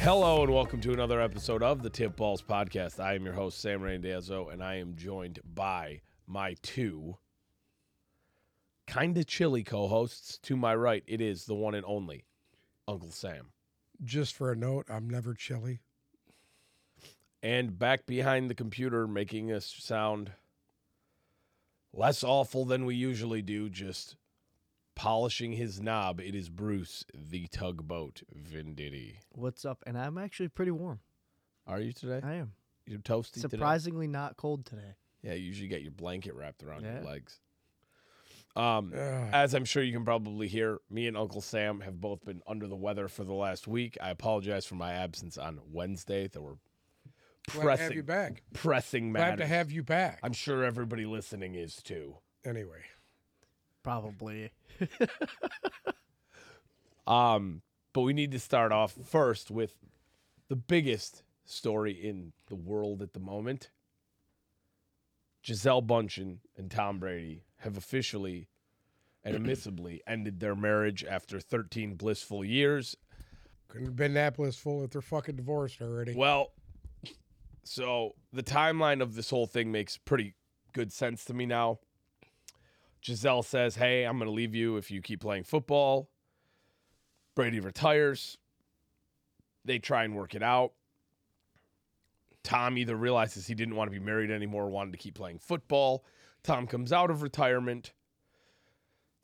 Hello and welcome to another episode of the Tip Balls Podcast. I am your host, Sam Randazzo, and I am joined by my two kinda chilly co-hosts. To my right, it is the one and only Uncle Sam. just for a note, I'm never chilly. And back behind the computer, making us sound less awful than we usually do, just polishing his knob, it is Bruce the tugboat Venditti. What's up? And I'm actually pretty warm. Are you today? I am You're toasty today? surprisingly not cold today. Yeah, you usually get your blanket wrapped around your Yeah. legs. Um, Ugh. as I'm sure you can probably hear, me and Uncle Sam have both been under the weather for the last week. I apologize for my absence on Wednesday. There were Glad to have pressing, you back. pressing Glad matters. to have you back. I'm sure everybody listening is too. anyway, Probably. Um, but we need to start off first with the biggest story in the world at the moment. Giselle Bundchen and Tom Brady have officially and admissibly ended their marriage after 13 blissful years. couldn't have been Annapolis full if they're fucking divorced already. Well, so the timeline of this whole thing makes pretty good sense to me now. Giselle says, Hey, I'm going to leave you if you keep playing football. Brady retires. They try and work it out. Tom either realizes he didn't want to be married anymore, wanted to keep playing football. Tom comes out of retirement.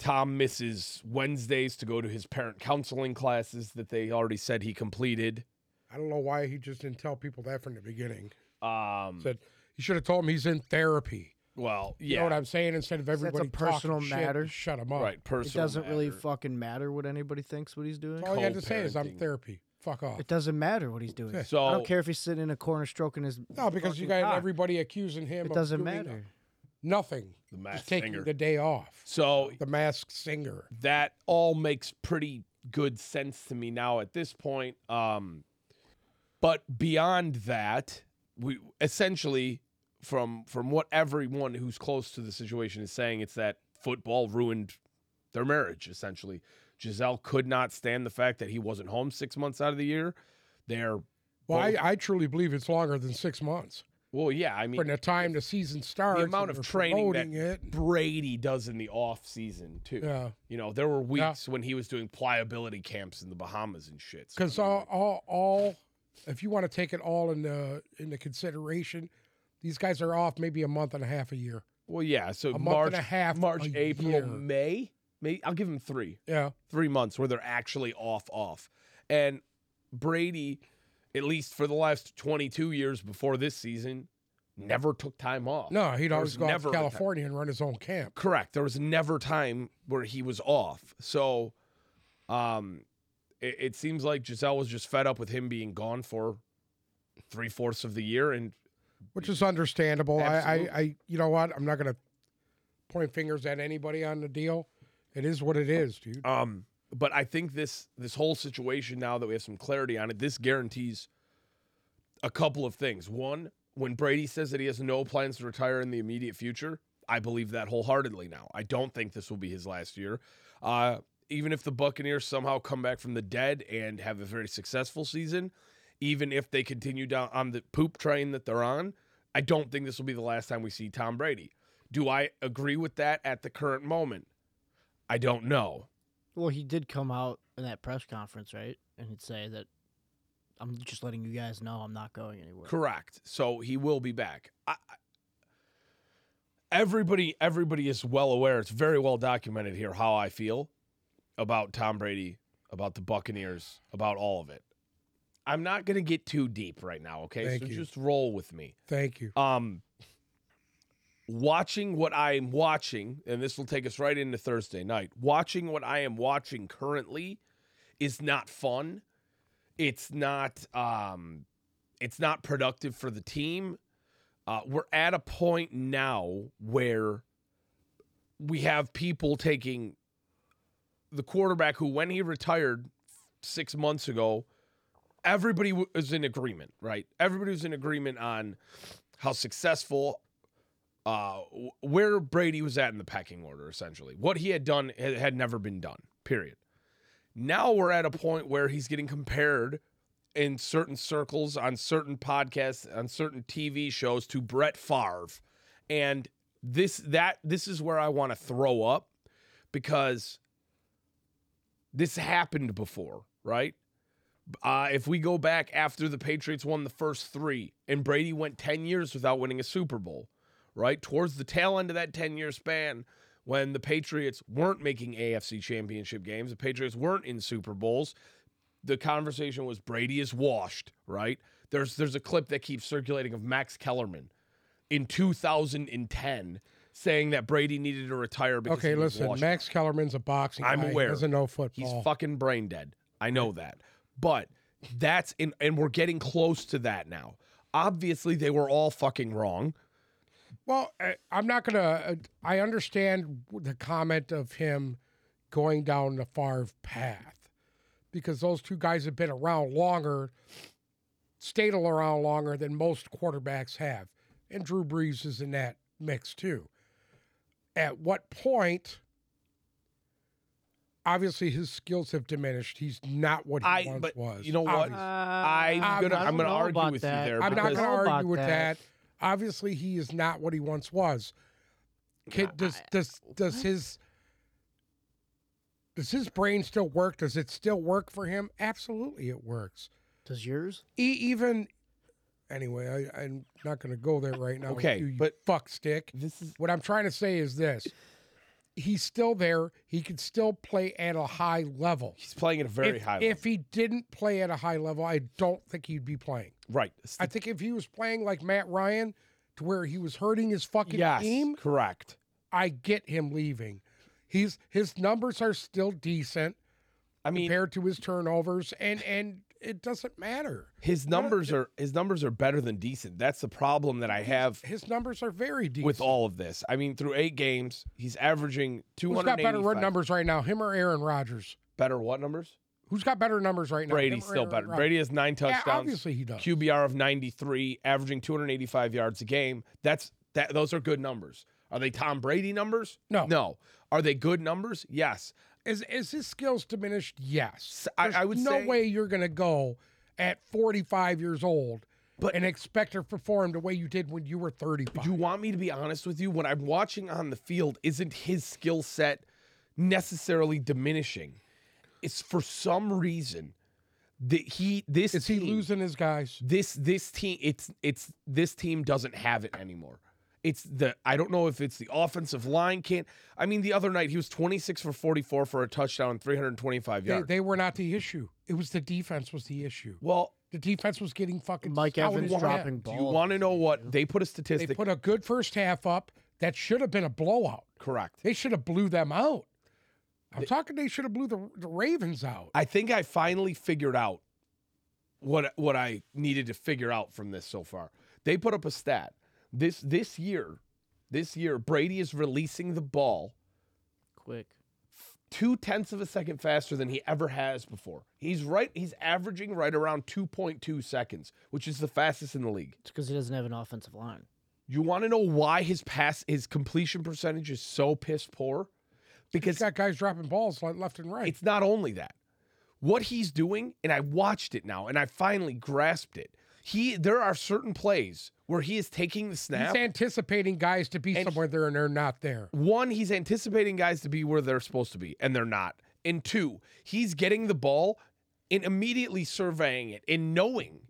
Tom misses Wednesdays to go to his parent counseling classes that they already said he completed. I don't know why he just didn't tell people that from the beginning. Um, Said you should have told him he's in therapy. Well, yeah, You know what I'm saying? Instead of a everybody personal talking shit, matter. just shut him up. right. It Personal. doesn't really matter. fucking matter what anybody thinks what he's doing. That's all you had to say is I'm Co-parenting. therapy. Fuck off. It doesn't matter what he's doing. so I don't care if he's sitting in a corner stroking his. No, because you fucking got cock. everybody accusing him. It of doesn't doing matter. Nothing. The He's masked taking singer. the day off. So The masked singer. that all makes pretty good sense to me now at this point. Um, but beyond that, we essentially from from what everyone who's close to the situation is saying, it's that football ruined their marriage. Essentially, Giselle could not stand the fact that he wasn't home six months out of the year. They're Well, I, Well- I truly believe it's longer than six months well, yeah. I mean, from the time the season starts. and amount of they're training that- promoting it. Brady does in the off season too. Yeah. You know, there were Yeah. weeks when he was doing pliability camps in the Bahamas and shit. So, because all, all, all, if you want to take it all in the into consideration, these guys are off maybe a month and a half a year. well, yeah. So A month March, and a half, March, a April, year. May. May I'll give him three, Yeah, three months where they're actually off, off. And Brady, at least for the last twenty-two years before this season, never took time off. no, he'd There always was go out never to a time. California and run his own camp. Correct. There was never time where he was off. So, um, it, it seems like Giselle was just fed up with him being gone for three fourths of the year, and which is understandable. I, I, Absolutely. I, you know what? I'm not going to point fingers at anybody on the deal. It is what it is, dude. Um, but I think this this whole situation now that we have some clarity on it, this guarantees a couple of things. One, when Brady says that he has no plans to retire in the immediate future, I believe that wholeheartedly now. I don't think this will be his last year. Uh, even if the Buccaneers somehow come back from the dead and have a very successful season, even if they continue down on the poop train that they're on, I don't think this will be the last time we see Tom Brady. Do I agree with that at the current moment? I don't know. Well, he did come out in that press conference, right? And he'd say that I'm just letting you guys know I'm not going anywhere. Correct. So he will be back. I, I- everybody, everybody is well aware. It's very well documented here how I feel about Tom Brady, about the Buccaneers, about all of it. I'm not going to get too deep right now. Okay, Thank so you. just roll with me. Thank you. Um, watching what I'm watching, and this will take us right into Thursday night. Watching what I am watching currently is not fun. It's not. Um, it's not productive for the team. Uh, we're at a point now where we have people taking the quarterback who, when he retired six months ago, everybody w- was in agreement, right? Everybody was in agreement on how successful, uh, w- where Brady was at in the pecking order, essentially. What he had done had, had never been done, period. Now we're at a point where he's getting compared in certain circles, on certain podcasts, on certain TV shows to Brett Favre. And this that this is where I want to throw up because this happened before, right? Uh, if we go back after the Patriots won the first three and Brady went 10 years without winning a Super Bowl, right? Towards the tail end of that 10 year span, when the Patriots weren't making AFC championship games, the Patriots weren't in Super Bowls, the conversation was Brady is washed, right? There's there's a clip that keeps circulating of Max Kellerman in 2010 saying that Brady needed to retire because Okay, he was listen. washed. Max Kellerman's a boxing. I'm guy. aware. Doesn't know He's football. fucking brain dead. I know that. But that's in and we're getting close to that now. Obviously they were all fucking wrong. well, I, I'm not gonna. Uh, I understand the comment of him going down the Favre path because those two guys have been around longer, stayed around longer than most quarterbacks have, and Drew Brees is in that mix too. At what point? Obviously, his skills have diminished. He's not what he I- once but was. you know what? Uh, obviously. I'm gonna- I'm gonna argue with you there I'm not because- going to I don't know argue about with that. that. Obviously, he is not what he once was. Can, I- does does does what? his does his brain still work? Does it still work for him? Absolutely, it works. Does yours? E- even anyway, I, I'm not going to go there right now. with Okay, you, you but- fuck stick. This is What I'm trying to say is this: he's still there. He can still play at a high level. he's playing at a very if, high level. if he didn't play at a high level, I don't think he'd be playing. right. I think if he was playing like Matt Ryan, to where he was hurting his fucking yes, team, correct. I get him leaving. He's his numbers are still decent I mean compared to his turnovers, and and it doesn't matter. his numbers are his numbers are better than decent. That's the problem that I have His numbers are very decent. with all of this. I mean, through eight games, he's averaging two who's got hundred. better run numbers right now, him or Aaron Rodgers? Better what numbers? Who's got better numbers right now? Brady's him or still Aaron better. Rodgers? Brady has nine Yeah, touchdowns. obviously he does. QBR of 93, averaging 285 yards a game. That's that those are good numbers. Are they Tom Brady numbers? No. No. Are they good numbers? Yes. Is is his skills diminished? Yes. S- I- There's I would no say- way you're gonna go at 45 years old But- and expect to perform the way you did when you were 35. You want me to be honest with you? What I'm watching on the field isn't his skill set necessarily diminishing. It's for some reason that he this Is he team- losing his guys? this this team it's it's this team doesn't have it anymore. It's the I don't know if it's the offensive line can't. I mean, the other night he was 26 for 44 for a touchdown and 325 They, yards. they were not the issue. It was the defense was the issue. well, The defense was getting fucking Mike scouted Evans in the head. dropping balls. do you want to know what they put a They statistic? put a good first half up. That should have been a blowout. correct. They should have blew them out. I'm talking. They should have blew the, the Ravens out. I think I finally figured out what what I needed to figure out from this so far. They put up a stat this this year. This year, Brady is releasing the ball Quick. two tenths of a second faster than he ever has before. He's right. He's averaging right around 2.2 seconds, which is the fastest in the league. It's because he doesn't have an offensive line. You want to know why his pass, his completion percentage is so piss poor? He's Because got guys dropping balls like left and right. it's not only that. What he's doing, and I watched it now, and I finally grasped it. He, there are certain plays where he is taking the snap. He's anticipating guys to be And- somewhere there and they're not there. one, he's anticipating guys to be where they're supposed to be, and they're not. And two, he's getting the ball and immediately surveying it and knowing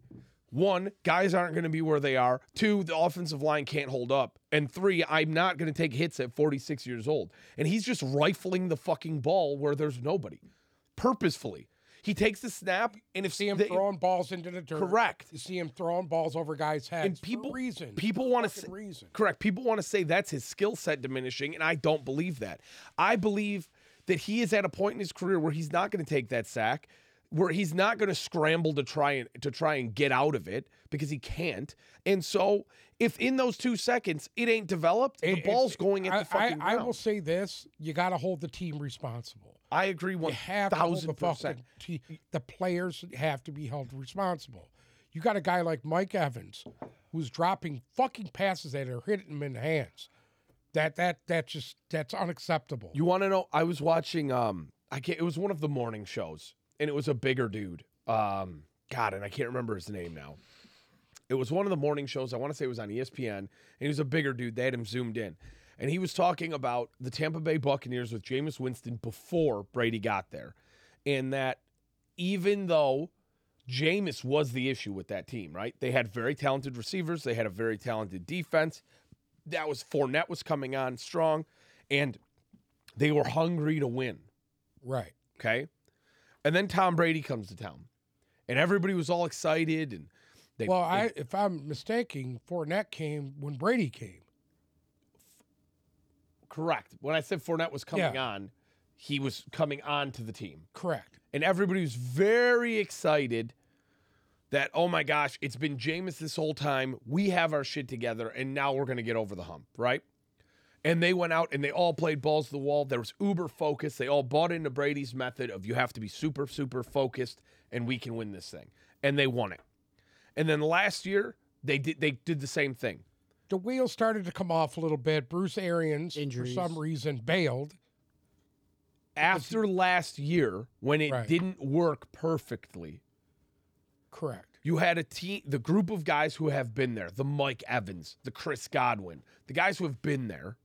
one, guys aren't going to be where they are. Two, the offensive line can't hold up. And three, I'm not going to take hits at 46 years old. And he's just rifling the fucking ball where there's nobody purposefully. He takes the snap, and if See him they- throwing balls into the dirt. correct, You see him throwing balls over guys' heads. And people- for a reason. people want to Fucking reason. Correct. People want to say that's his skill set diminishing, and I don't believe that. I believe that he is at a point in his career where he's not going to take that sack, where he's not going to scramble to try and to try and get out of it because he can't. And so, if in those two seconds it ain't developed, the It- ball's it's- going at I, the fucking I, I ground. will say this: you got to hold the team responsible. I agree You one have to hold thousand the percent. fucking te- The players have to be held responsible. You got a guy like Mike Evans, who's dropping fucking passes that are hitting him in the hands. That that that just that's unacceptable. You want to know? I was watching. Um, I can't. It was one of the morning shows, and it was a bigger dude. Um, God, and I can't remember his name now. It was one of the morning shows. I want to say it was on E ESPN, and he was a bigger dude. They had him zoomed in, and he was talking about the Tampa Bay Buccaneers with Jameis Winston before Brady got there, and that even though Jameis was the issue with that team, right? They had very talented receivers. They had a very talented defense. That was Fournette was coming on strong, and they were hungry to win. Right. Okay. And then Tom Brady comes to town. And everybody was all excited and they Well, I, if I'm mistaken, Fournette came when Brady came. correct. When I said Fournette was coming Yeah. on, he was coming on to the team. Correct. And everybody was very excited that, oh my gosh, it's been Jameis this whole time. We have our shit together and now we're gonna get over the hump, right? And they went out and they all played balls to the wall. There was uber focus. They all bought into Brady's method of you have to be super, super focused and we can win this thing. And they won it. And then last year, they did they did the same thing. The wheels started to come off a little bit. Bruce Arians, Injuries. for some reason, bailed. After last year, when it Right. didn't work perfectly, Correct. you had a team, the group of guys who have been there, the Mike Evans, the Chris Godwin, the guys who have been there,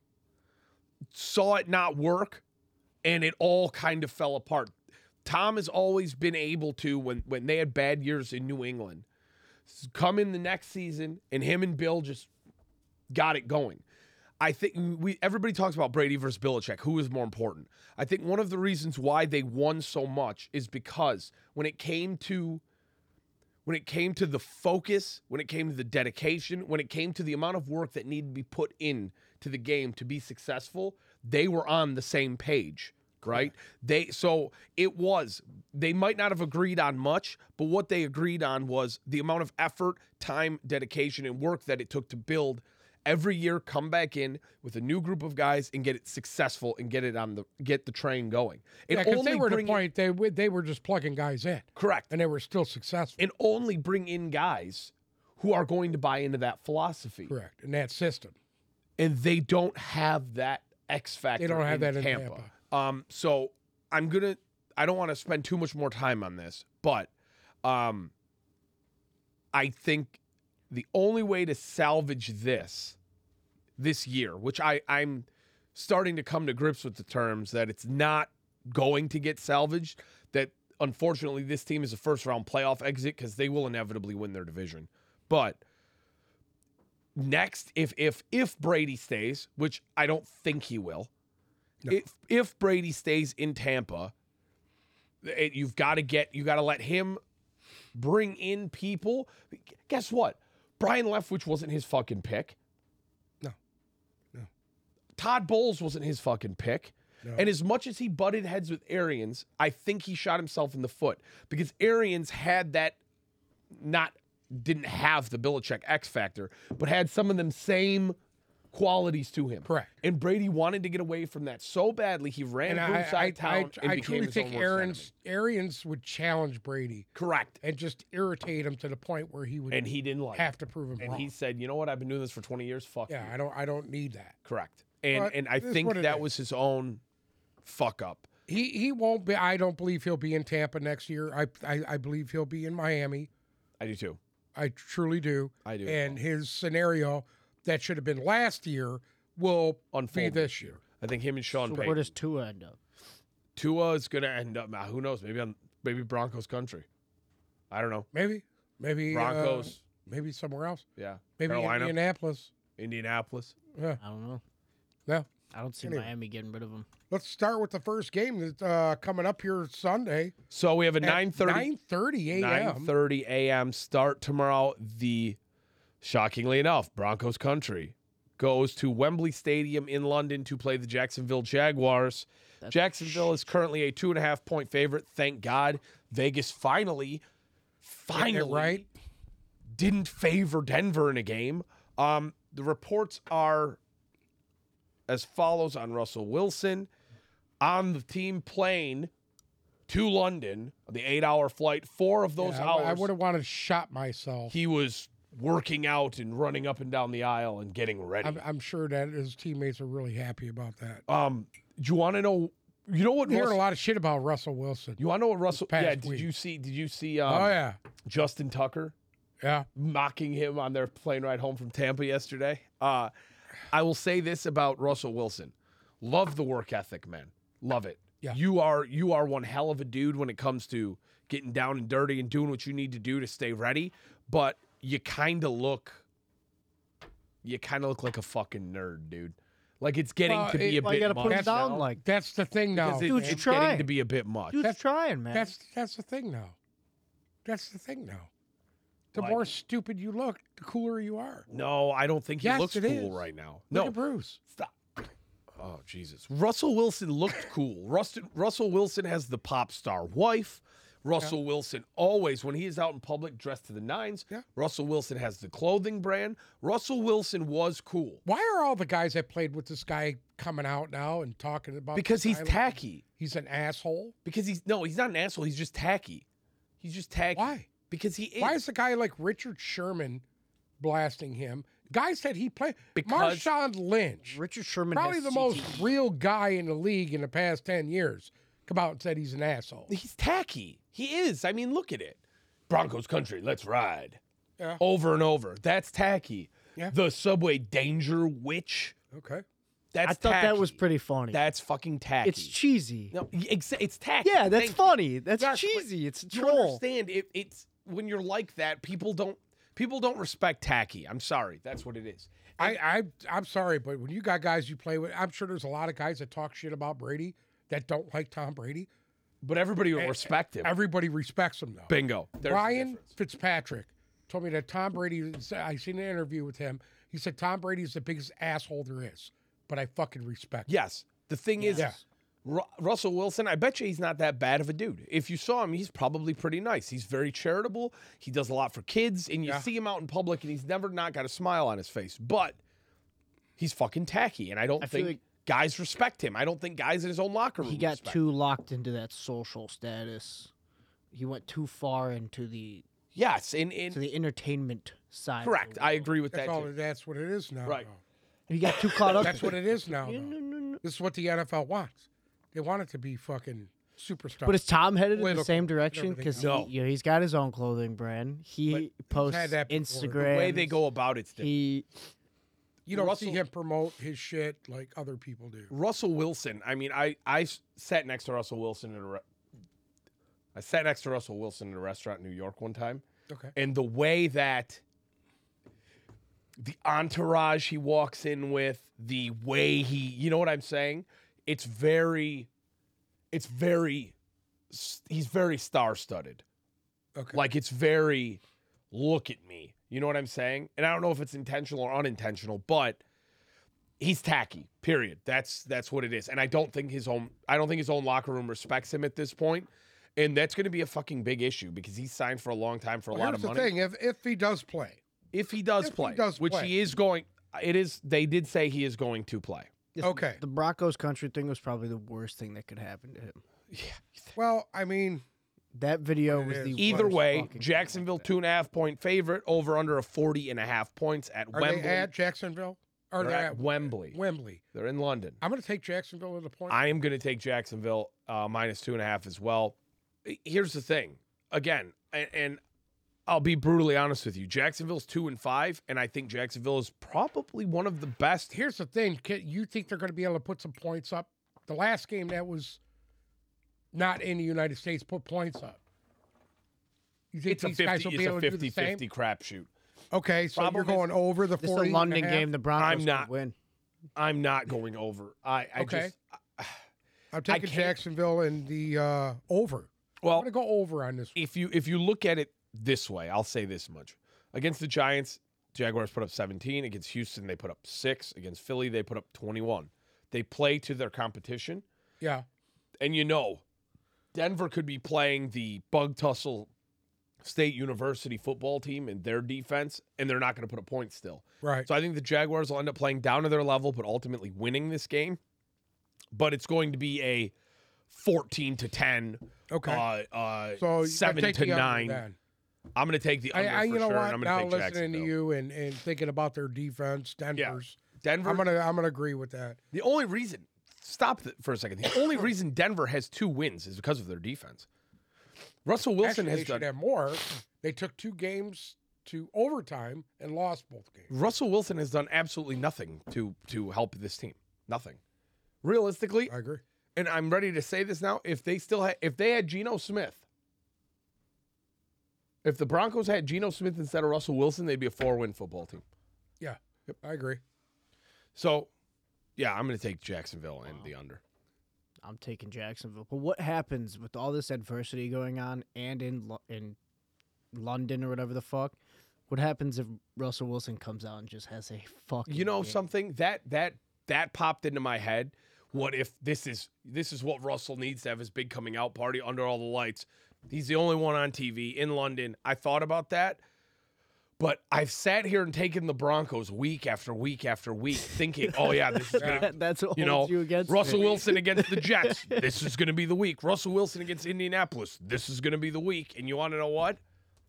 saw it not work, and it all kind of fell apart. Tom has always been able to, when when they had bad years in New England, s- come in the next season, and him and Bill just got it going. I think we everybody talks about Brady versus Belichick. Who is more important? I think one of the reasons why they won so much is because when it came to when it came to the focus, when it came to the dedication, when it came to the amount of work that needed to be put in to the game to be successful, they were on the same page, right? They so it was they might not have agreed on much, but what they agreed on was the amount of effort, time, dedication and work that it took to build every year come back in with a new group of guys and get it successful and get it on the get the train going. It Yeah, because they were at a bring in- point they would- they were just plugging guys in, correct and they were still successful. and only bring in guys who are going to buy into that philosophy. Correct. In that system, And they don't have that X factor. they don't have that in Tampa. Tampa. Um, so I'm gonna. I don't want to spend too much more time on this, but um, I think the only way to salvage this this year, which I I'm starting to come to grips with the terms that it's not going to get salvaged. That unfortunately this team is a first round playoff exit because they will inevitably win their division, but. Next, if if if Brady stays, which I don't think he will, No. if if Brady stays in Tampa, it- you've got to get you got to let him bring in people. Guess what? Brian Leftwich wasn't his fucking pick. No. No. Todd Bowles wasn't his fucking pick. No. And as much as he butted heads with Arians, I think he shot himself in the foot because Arians had that not didn't have the Belichick X factor, but had some of them same qualities to him. Correct. And Brady wanted to get away from that so badly he ran And I, outside I, town I, and I became truly his own think worst Arians enemy. Arians would challenge Brady Correct. and just irritate him to the point where he would And he didn't like. it. have to prove him and wrong. he said, "You know what? I've been doing this for 20 years. Fuck yeah, you." I don't I don't need that. Correct. And But and I it is think what it that is. was his own fuck up. He he won't be. I don't believe he'll be in Tampa next year. I I, I believe he'll be in Miami. I do too. I truly do. I do. as And his scenario that should have been last year will well. be Unfolded. this year. I think him and Sean So where Payton. does Tua end up? Tua is going to end up. uh, Who knows? Maybe on maybe Broncos country. I don't know. Maybe maybe uh, Broncos. maybe somewhere else. yeah. Maybe Carolina. Indianapolis. Indianapolis. Yeah. I don't know. Yeah. I don't see Anyway. Miami getting rid of him. Let's start with the first game that's uh, coming up here Sunday. So we have a 9:30 Nine thirty a.m. 9:30 a.m. start tomorrow. The shockingly enough, Broncos country goes to Wembley Stadium in London to play the Jacksonville Jaguars. That's- Jacksonville is currently a two and a half point favorite. Thank God, Vegas finally, Getting it finally, right. didn't favor Denver in a game. Um, the reports are as follows on Russell Wilson on the team plane to London, the eight hour flight, four of those Yeah, I- hours. I would have wanted to shot myself. he was working out and running up and down the aisle and getting ready. I'm, I'm sure that his teammates are really happy about that. Um, do you want to know You know what? I'm hearing a Russell- lot of shit about Russell Wilson. you want to know what Russell? past Yeah. Did week. you see? Did you see? Um, oh yeah, Justin Tucker yeah. mocking him on their plane ride home from Tampa yesterday. Uh, I will say this about Russell Wilson: love the work ethic, man. Love it. Yeah. You are you are one hell of a dude when it comes to getting down and dirty and doing what you need to do to stay ready. But you kind of look, you kind of look like a fucking nerd, dude. Like it's getting Well, to be it- a Well, bit you gotta put much him down now. like That's the thing now. Because it- Dude, it's you're getting to trying. be a bit much. dude's That's- trying, man. That's that's the thing now. That's the thing now. The Like- more stupid you look, the cooler you are. No, I don't think he Yes, looks it cool is. right now. Look No, at Bruce. Stop. Oh Jesus! Russell Wilson looked cool. Russell Russell Wilson has the pop star wife. Russell Wilson always, when he is out in public, dressed to the nines. Yeah. Russell Wilson has the clothing brand. Russell Wilson was cool Why are all the guys that played with this guy coming out now and talking about because he's this guy like tacky. he's an asshole? Because he's no, he's not an asshole. He's just tacky. He's just tacky. Why? Because he is. Why is a guy like Richard Sherman blasting him? Guys that he played Because- Marshawn Lynch, Richard Sherman probably has the most CTE. real guy in the league in the past ten years, come out and said he's an asshole. he's tacky. He is. I mean, look at it. Broncos country, let's ride. Yeah. Over and over. That's tacky. Yeah. The subway danger witch. Okay. That's I thought that was tacky. pretty funny. That's fucking tacky. it's cheesy. no, ex- it's tacky. Yeah, that's Thank you. funny. That's Yes, but cheesy. It's a You troll. understand? It, it's when you're like that, people don't people don't respect tacky. I'm sorry, that's what it is. I, I I'm sorry, but when you got guys you play with, I'm sure there's a lot of guys that talk shit about Brady that don't like Tom Brady. But Eh, everybody will respect him. Everybody respects him though. Bingo. There's the Brian difference. Fitzpatrick told me that Tom Brady. I seen an interview with him. He said Tom Brady is the biggest asshole there is, but I fucking respect. him. Yes. The thing is, Yeah. Ru- Russell Wilson, I bet you he's not that bad of a dude. If you saw him, he's probably pretty nice. He's very charitable. He does a lot for kids, and you Yeah. see him out in public, and he's never not got a smile on his face. But he's fucking tacky, and I don't I feel think like- guys respect him. I don't think guys in his own locker room. he got respect him. too locked into that social status. He went too far into the Yes, in in to the entertainment side. of the correct. I world. agree with that's that. all. too. That's what it is now. Right. though. He got too caught up. That's what it is now. No, though. no, no, no. This is what the NFL wants. They want it to be fucking superstar. But is Tom headed in Political the same and direction? everything Because else. No. you know, he's got his own clothing brand. He posts had that before. The Instagram. The way they go about it's different. He you don't see Russell- him promote his shit like other people do. Russell Wilson. I mean, I I s- sat next to Russell Wilson in a re- I sat next to Russell Wilson in a restaurant in New York one time. Okay. and the way that the entourage he walks in with, the way he, you know what I'm saying? It's very, it's very, s- he's very star studded. Okay. Like it's very, look at me. You know what I'm saying? And I don't know if it's intentional or unintentional, but he's tacky. Period. That's that's what it is. And I don't think his own I don't think his own locker room respects him at this point. And that's going to be a fucking big issue because he's signed for a long time for a Well, lot here's of the money. thing: if if he does play, If he does If he play, does which play. he is going, it is. They did say he is going to play. okay. the Broncos country thing was probably the worst thing that could happen to him. Yeah. Well, I mean, That video It was is. the Either worst way, fucking thing Jacksonville like that. two and a half point favorite over under a 40 and a half points at are Wembley. they at Jacksonville? Are They're they at at Wembley. Wembley. They're in London. I'm going to take Jacksonville to the point. I am going to take Jacksonville uh, minus two and a half as well. Here's the thing, again, and, and I'll be brutally honest with you. Jacksonville's two and five, and I think Jacksonville is probably one of the best. Here's the thing: Can- you think they're going to be able to put some points up? The last game that was not in the United States put points up. You think It's a these guys will 50, be it's able a to do the 50 same? 50 crapshoot. Okay, so Problem you're is- going over the This is 40 a and London half? game. The Broncos I'm could not- win. I'm not going over. I, I Okay. just, I'm taking can't- Jacksonville and the uh, over. I'm well, going to go over on this. if you if you look at it this way, I'll say this much. Against the Giants, Jaguars put up 17. Against Houston, they put up six. Against Philly, they put up 21. They play to their competition, Yeah, and you know, Denver could be playing the bug tussle State University football team and their defense, and they're not going to put a point still. right. So I think the Jaguars will end up playing down to their level, but ultimately winning this game. But it's going to be a 14 to 10, Okay. uh, uh, so you gotta seven take to the under nine. Then. I'm going to take the I, under I, for you know sure, what? and I'm now going to take listening to Jacksonville. you and, and thinking about their defense, Denver's. Denver. I'm gonna I'm gonna agree with that. the only reason stop th- for a second. The only reason Denver has two wins is because of their defense. Russell Wilson Actually, they has should done. have more. They took two games to overtime and lost both games. Russell Wilson has done absolutely nothing to to help this team. Nothing. Realistically, I agree. and I'm ready to say this now. If they still had, if they had Geno Smith, if the Broncos had Geno Smith instead of Russell Wilson, they'd be a four win football team. I agree. So, yeah, I'm going to take Jacksonville and the under. I'm taking Jacksonville. But what happens with all this adversity going on and in Lo- in London or whatever the fuck? What happens if Russell Wilson comes out and just has a fucking You know game? something that that that popped into my head. What if this is this is what Russell needs to have his big coming out party under all the lights? He's the only one on TV in London. I thought about that, but I've sat here and taken the Broncos week after week after week, thinking, "Oh yeah, this is gonna That- that's what you know, holds you against Russell it. Wilson against the Jets. this is going to be the week. Russell Wilson against Indianapolis. This is going to be the week. And you want to know what?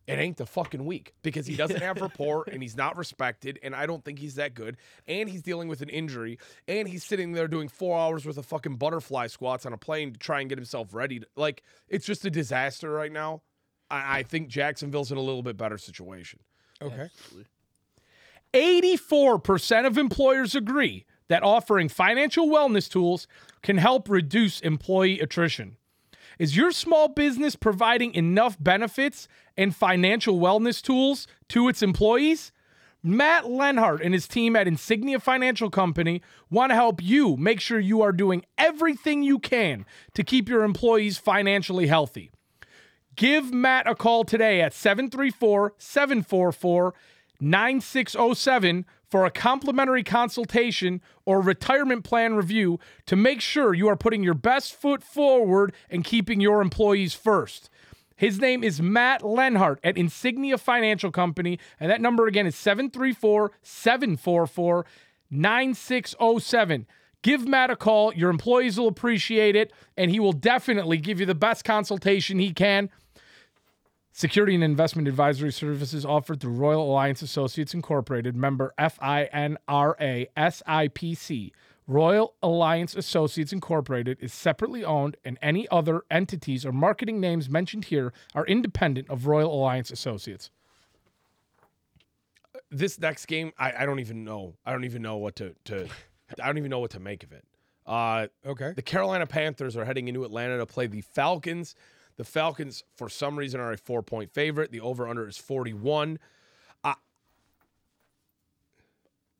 It ain't the fucking week because he doesn't have rapport and he's not respected. And I don't think he's that good. And he's dealing with an injury. And he's sitting there doing four hours worth of fucking butterfly squats on a plane to try and get himself ready. To, like, it's just a disaster right now. I, I think Jacksonville's in a little bit better situation. Okay. 84% of employers agree that offering financial wellness tools can help reduce employee attrition. Is your small business providing enough benefits and financial wellness tools to its employees? Matt Lenhart and his team at Insignia Financial Company want to help you make sure you are doing everything you can to keep your employees financially healthy. Give Matt a call today at 734 744 9607 for a complimentary consultation or retirement plan review to make sure you are putting your best foot forward and keeping your employees first. His name is Matt Lenhart at Insignia Financial Company, and that number again is 734 744 9607. Give Matt a call. Your employees will appreciate it, and he will definitely give you the best consultation he can. Security and investment advisory services offered through Royal Alliance Associates Incorporated, member FINRA SIPC. Royal Alliance Associates Incorporated is separately owned, and any other entities or marketing names mentioned here are independent of Royal Alliance Associates. This next game, I, I don't even know. I don't even know what to, to I don't even know what to make of it. Uh, Okay. the Carolina Panthers are heading into Atlanta to play the Falcons. The Falcons, for some reason, are a four point favorite. The over under is 41. I,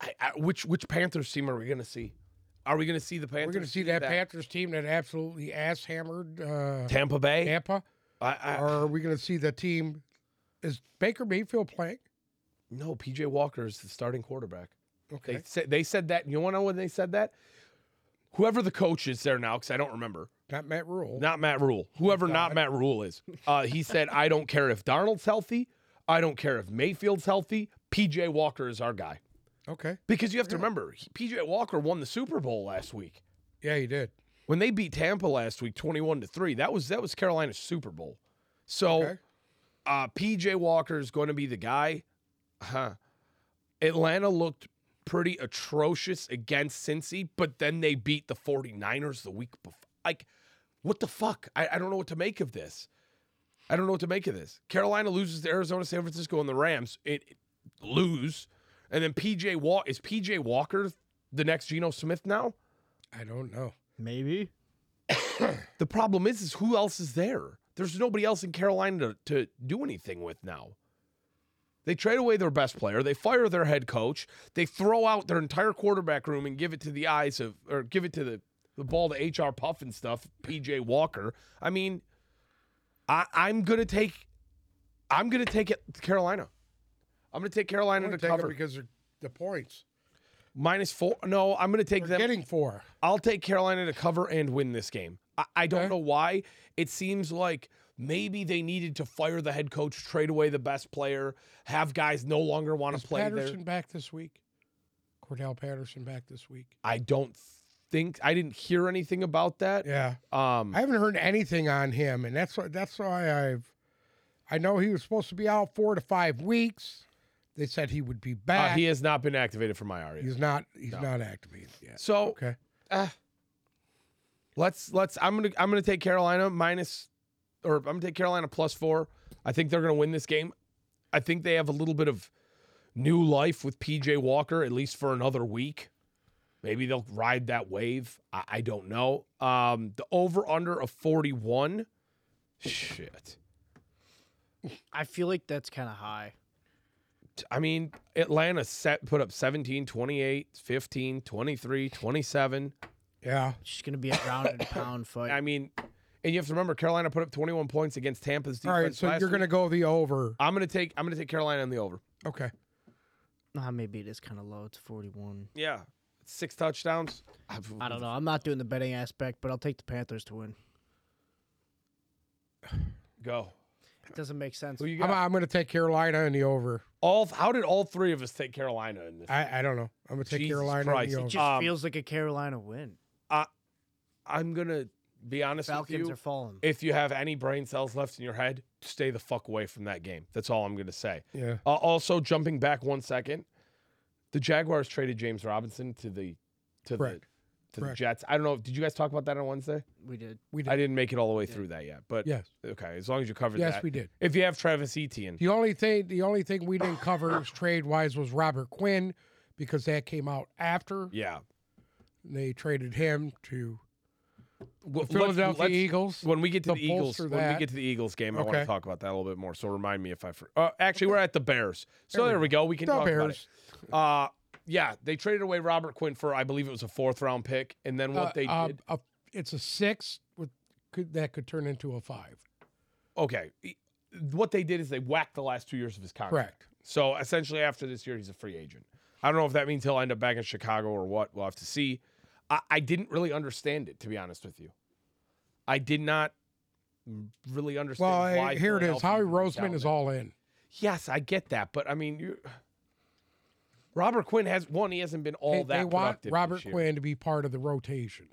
I, I, which which Panthers team are we going to see? Are we going to see the Panthers? We're going to see team that Panthers team that absolutely ass hammered uh, Tampa Bay. Tampa. I, I, Or are we going to see the team? Is Baker Mayfield playing? no, PJ Walker is the starting quarterback. Okay. They said they said that. You want to know when they said that? Whoever the coach is there now, because I don't remember. Not Matt Rule. Not Matt Rule. Whoever not Oh God. Matt Rule is. Uh, he said, I don't care if Darnold's healthy. I don't care if Mayfield's healthy. PJ Walker is our guy. Okay. Because you have to remember, he- PJ Walker won the Super Bowl last week. Yeah, he did. When they beat Tampa last week 21 to 3, that was that was Carolina's Super Bowl. So Okay. uh, PJ Walker is going to be the guy. Huh. Atlanta looked pretty atrocious against Cincy, but then they beat the 49ers the week before. Like, what the fuck? I, I don't know what to make of this. I don't know what to make of this. Carolina loses to Arizona, San Francisco, and the Rams. It, it lose. And then PJ Walker is PJ Walker the next Geno Smith now? I don't know. Maybe. The problem is, is who else is there? There's nobody else in Carolina to, to do anything with now. They trade away their best player. They fire their head coach. They throw out their entire quarterback room and give it to the eyes of, or give it to the, the ball to HR Puff and stuff, PJ Walker. I mean, I, I'm gonna take, I'm gonna take it Carolina. I'm gonna take I'm Carolina going to to take it cover because of the points. minus four. No, I'm gonna take We're them. getting four. I'll take Carolina to cover and win this game. I, I don't Okay. know why. It seems like maybe they needed to fire the head coach, trade away the best player, have guys no longer want Is to play Patterson there. back this week? Cordell Patterson back this week. I don't think I didn't hear anything about that. Yeah. Um, I haven't heard anything on him, and that's why that's why I've. I know he was supposed to be out four to five weeks. They said he would be uh, back. E he has not been activated from IR. yet. he's not. He's No. not activated yet. So Okay. uh, Let's let's I'm gonna I'm gonna take Carolina minus or I'm gonna take Carolina plus four. I think they're gonna win this game. I think they have a little bit of new life with PJ Walker, at least for another week. Maybe they'll ride that wave. I, I don't know. Um, the over under of 41. Shit. I feel like that's kind of high. I mean, Atlanta set put up 17, 28, 15, 23, 27. Yeah. It's just gonna be a round and pound fight. I mean, and you have to remember Carolina put up 21 points against Tampa's All defense. right. So last you're week. gonna go the over. I'm gonna take I'm gonna take Carolina in the over. Okay. Ah, maybe it is kind of low. It's forty-one. Yeah. Six touchdowns. I don't know. I'm not doing the betting aspect, but I'll take the Panthers to win. Go. It doesn't make sense. Who you I'm, got? I'm gonna take Carolina in the over. All how did all three of us take Carolina in this? I, I don't know. I'm gonna take Jesus Carolina Christ. in the It over. It just Um, feels like a Carolina win. I'm gonna be honest with Falcons you. are falling. if you have any brain cells left in your head, stay the fuck away from that game. That's all I'm gonna say. yeah. Uh, also, jumping back one second, the Jaguars traded James Robinson to the to Correct. the to the Correct. Jets. I don't know. Did you guys talk about that on Wednesday? We did. We did. I didn't make it all the way through that yet, but yes. okay. As long as you covered Yes, that, we did. if you have Travis Etienne, The only thing the only thing we didn't cover trade wise was Robert Quinn because that came out after yeah. they traded him to Well, let's- Philadelphia let's- Eagles. When we get to to the Eagles, bolster when we that. get to the Eagles game, I want to Okay. talk about that a little bit more. So remind me if I. For- uh, actually, we're at the Bears, so There we there we go. We can The talk about it. Bears. Uh, yeah, they traded away Robert Quinn for I believe it was a fourth round pick, and then what Uh, they uh, did. a- it's a six with could that could turn into a five. Okay, e- what they did is they whacked the last two years of his contract. Correct. So essentially, after this year, he's a free agent. I don't know if that means he'll end up back in Chicago or what. We'll have to see. I, I didn't really understand it, to be honest with you. I did not really understand. Well, why hey, here it is. Philadelphia Howie went down Roseman is there. all in. Yes, I get that, but I mean, you Robert Quinn has one. He hasn't been all They, that they want productive this Robert year. Quinn to be part of the rotation.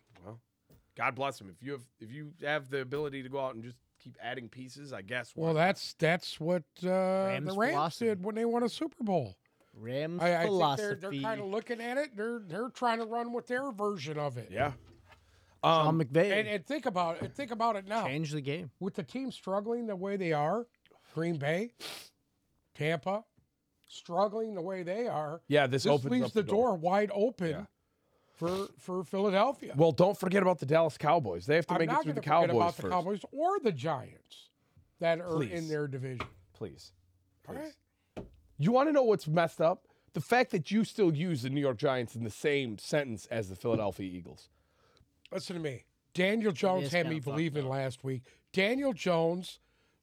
God bless him. If you have if you have the ability to go out and just keep adding pieces, I guess. why Well, not? that's that's what uh, the Rams Rams philosophy. did when they won a Super Bowl. Rams I, I think they're, philosophy. they're kind of looking at it. They're they're trying to run with their version of it. yeah. Sean Um, McVay And, oh. and think about it. Think about it now. changed the game. With the team struggling the way they are, Green Bay, Tampa, struggling the way they are, yeah, this, this opens leaves up the door wide open Yeah. for for Philadelphia. Well, don't forget about the Dallas Cowboys. They have to I'm make not it through the gonna forget Cowboys about first, the Cowboys or the Giants that are Please. in their division. please. All Please. right. You want to know what's messed up? The fact that you still use the New York Giants in the same sentence as the Philadelphia Eagles. Listen to me. Daniel Jones is had me kinda fucked believing up. last week. Daniel Jones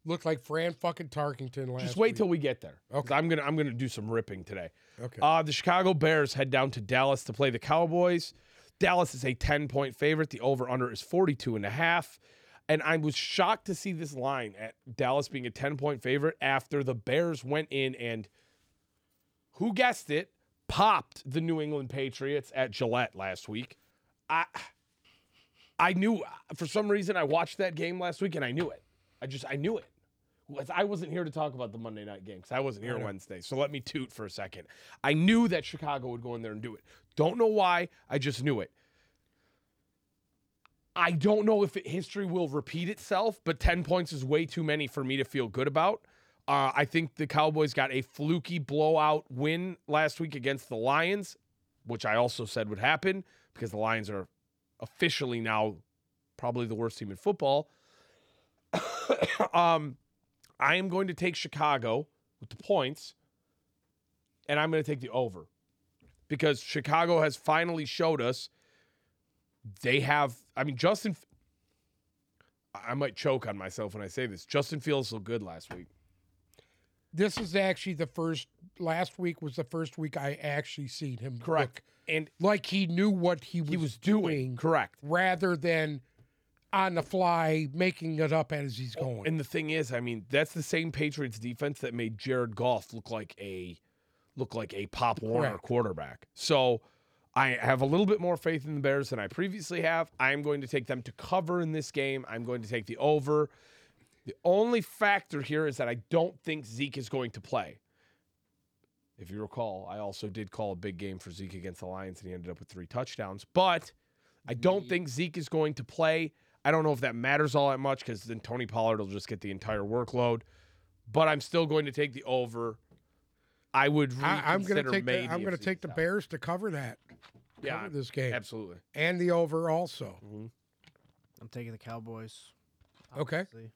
looked like Fran fucking Tarkington last Just wait week. till we get there. 'cause Okay. I'm gonna I'm gonna do some ripping today. Okay. Uh, the Chicago Bears head down to Dallas to play the Cowboys. Dallas is a 10 point favorite. The over under is 42 and a half. And I was shocked to see this line at Dallas being a 10 point favorite after the Bears went in and who guessed it, popped the New England Patriots at Gillette last week. I I knew for some reason I watched that game last week and I knew it. I just I knew it. Was- I wasn't here to talk about the Monday night game because I wasn't here Wednesday. So let me toot for a second. I knew that Chicago would go in there and do it. Don't know why. I just knew it. I don't know if it, history will repeat itself, but 10 points is way too many for me to feel good about. Uh, I think the Cowboys got a fluky blowout win last week against the Lions, which I also said would happen because the Lions are officially now probably the worst team in football. um, I am going to take Chicago with the points, and I'm going to take the over because Chicago has finally showed us they have. I mean, Justin. I I might choke on myself when I say this. Justin Fields looked good last week. this is actually the first. Last week was the first week I actually seen him. Correct. And look like he knew what he was, he was doing correct. rather than on the fly making it up as he's going. Oh, And the thing is, I mean, that's the same Patriots defense that made Jared Goff look like a look like a Pop Warner Correct. quarterback. So I have a little bit more faith in the Bears than I previously have. I am going to take them to cover in this game. I'm going to take the over. The only factor here is that I don't think Zeke is going to play. If you recall, I also did call a big game for Zeke against the Lions and he ended up with three touchdowns. But I don't think Zeke is going to play. I don't know if that matters all that much because then Tony Pollard will just get the entire workload. But I'm still going to take the over. I would. I, am going reconsider to take. The, maybe I'm if going to Zeke take the is out. Bears to cover that. Yeah, cover this game absolutely. and the over also. Mhm. I'm taking the Cowboys. Okay. obviously.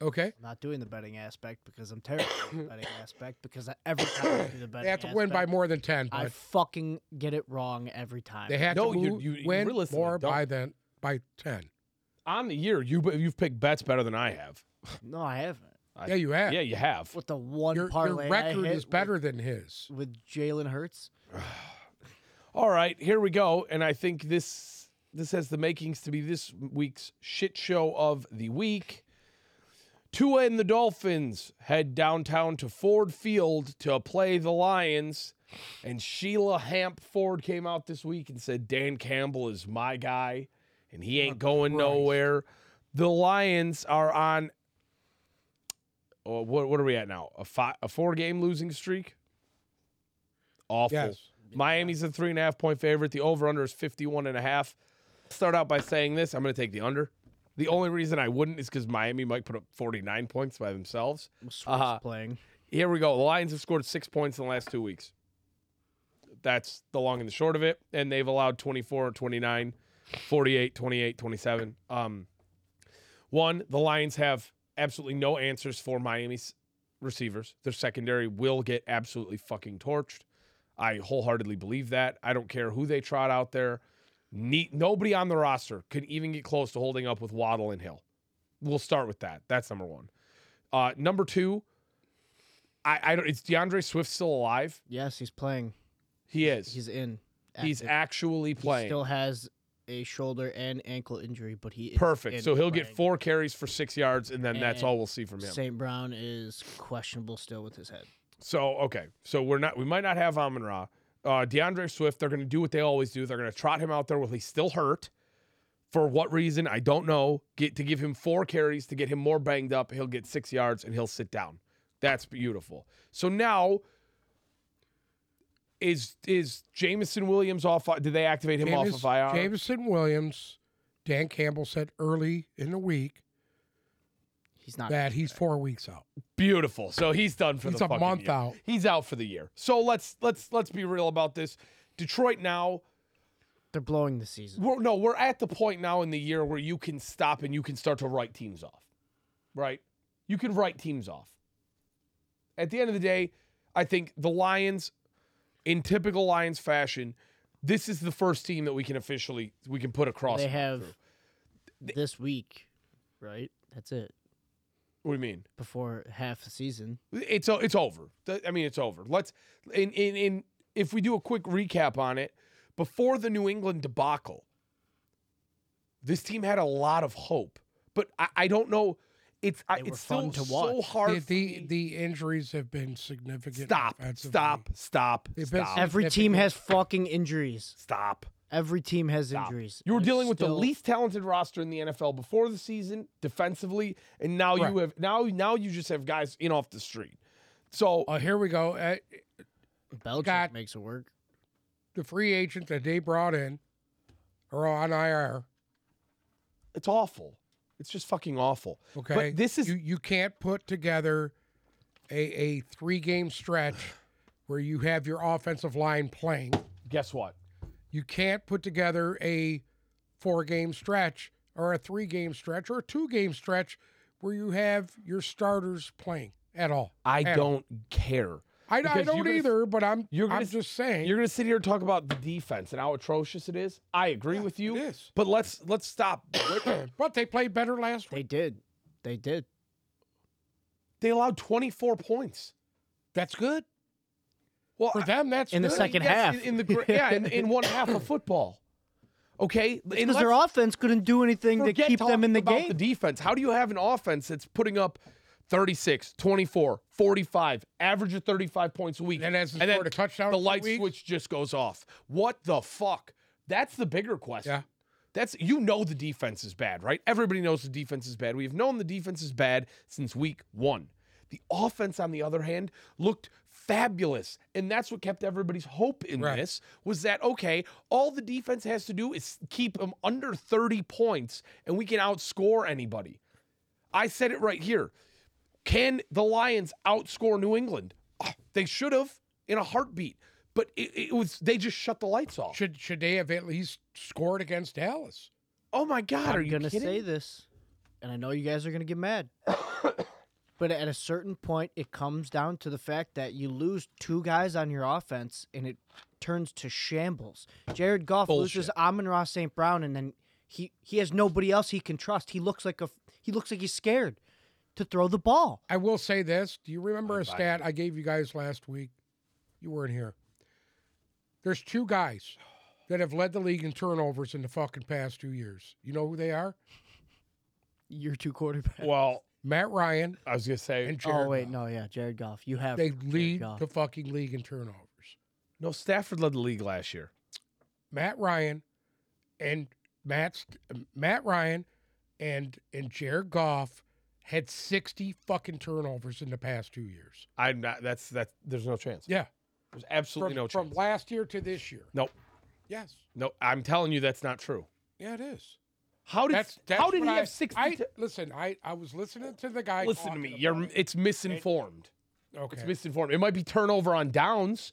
Okay, I'm not doing the betting aspect because I'm terrible at the betting aspect because I, every time I do the betting they have to win by aspect, more than ten. I But fucking get it wrong every time. they have No, to you- move- you- you win were listening, more don't- by than by ten. On the year, you you've picked bets better than I have. no, I haven't. I- yeah, you have. Yeah, you have. With the one your, your parlay I record hit is better than his. with, with Jalen Hurts. All right, here we go. And I think this this has the makings to be this week's shit show of the week. Tua and the Dolphins head downtown to Ford Field to play the Lions. And Sheila Hamp Ford came out this week and said, Dan Campbell is my guy, and he ain't going Oh, Christ. nowhere. The Lions are on oh, what what are we at now? A five, a four game losing streak? Awful. Yes. Miami's a three and a half point favorite. The over under is 51 and a half. Start out by saying this I'm going to take the under. The only reason I wouldn't is because Miami might put up 49 points by themselves. Swift's Uh-huh. playing. Here we go. The Lions have scored six points in the last two weeks. That's the long and the short of it. And they've allowed 24, 29, 48, 28, 27. Um, one, the Lions have absolutely no answers for Miami's receivers. Their secondary will get absolutely fucking torched. I wholeheartedly believe that. I don't care who they trot out there. Ne- nobody on the roster could even get close to holding up with Waddle and Hill. We'll start with that. That's number one. Uh, number two, I, I don't. Is DeAndre Swift still alive? Yes, he's playing. He is. He's, He's in. active. actually He playing. still has a shoulder and ankle injury, but he is in Perfect. So he'll get playing. four carries for six yards, and then that's And all we'll see from him. St. Brown is questionable still with his head. So okay, so we're not we might not have Amon Ra. Uh, DeAndre Swift, they're going to do what they always do. They're going to trot him out there while he's still hurt. For what reason, I don't know. Get to give him four carries to get him more banged up. He'll get six yards and he'll sit down. That's beautiful. So now, is is Jamison Williams off? Did they activate him off James- of IR? Jameson Williams, Dan Campbell said early in the week He's not. that he's four weeks out. Beautiful. So he's done for He's the a fucking month year. out. He's out for the year. So let's let's let's be real about this. Detroit now They're blowing the season. we're, no, we're at the point now in the year where you can stop and you can start to write teams off, right? You can write teams off. At the end of the day, I think the Lions, in typical Lions fashion, this is the first team that we can officially we can put across. They have this week, right? That's it. What do you mean? Before half the season, It's o- it's over. Th- I mean, it's over. Let's in in in if we do a quick recap on it before the New England debacle, this team had a lot of hope, but I, I don't know. It's I, They were it's still fun to so watch. hard. The, for the me- the injuries have been significant. stop, offensively. stop, stop, They've been stop, so- every team has fucking injuries. stop. Every team has Stop. injuries. You were They're dealing with the still- least talented roster in the NFL before the season defensively, and now Correct. you have now now you just have guys in off the street. So Oh, here we go. Uh, Belichick Got- makes it work. the free agents that they brought in are on IR. it's awful. It's just fucking awful. Okay, But this is you, you can't put together a a three game stretch where you have your offensive line playing. guess what? You can't put together a four game stretch or a three game stretch or a two game stretch where you have your starters playing at all. I Adam. don't care. I, I Because don't you're gonna- either, but I'm you're gonna I'm s- just saying. You're gonna sit here and talk about the defense and how atrocious it is. I agree with you. it is. But let's let's stop. but they played better last week. They did. They did. they allowed 24 points. That's good Well, for them. That's In the good. second- yes, half. in, in the gr- yeah, in, in one half of football. Okay, and Because their let's offense couldn't do anything to forget keep them in the talking game. about The defense. How do you have an offense that's putting up 36, 24, 45, average of 35 points a week, And hasn't then scored a touchdown The in two light weeks? switch just goes off. What the fuck? That's the bigger question. Yeah. That's you know the defense is bad, right? Everybody knows the defense is bad. We have known the defense is bad since week one. The offense, on the other hand, looked fabulous, and that's what kept everybody's hope in Right. this was that okay, all the defense has to do is keep them under 30 points, and we can outscore anybody. I said it right here. Can the Lions outscore New England? Ah, They should have in a heartbeat, but it, it was they just shut the lights off. Should should they have at least scored against Dallas? Oh my God, are I'm you gonna kidding? say this, and I know you guys are gonna get mad. but at a certain point, it comes down to the fact that you lose two guys on your offense, and it turns to shambles. Jared Goff loses Amon Ross St. Brown, and then he he has nobody else he can trust. He looks like a he looks like he's scared to throw the ball. I will say this. Do you remember I a buy stat I gave you guys last week? You weren't here. There's two guys that have led the league in turnovers in the fucking past two years. You know who they are? Your two quarterbacks. Well, Matt Ryan I was gonna say and Jared. oh wait, Goff. no, yeah, Jared Goff. You have They Jared lead Goff. the fucking league in turnovers. no. Stafford led the league last year. Matt Ryan and Matt's Matt Ryan and and Jared Goff had 60 fucking turnovers in the past two years. I'm not. That's that. There's no chance. Yeah. There's absolutely From, no from chance. last year to this year. Nope. Yes. no, I'm telling you, that's not true. Yeah, it is. How did That's, that's how did what he I, have sixty? I, t- listen, I, I was listening to the guy. listen to talking me. about You're it. it's misinformed. okay. It's misinformed. It might be turnover on downs.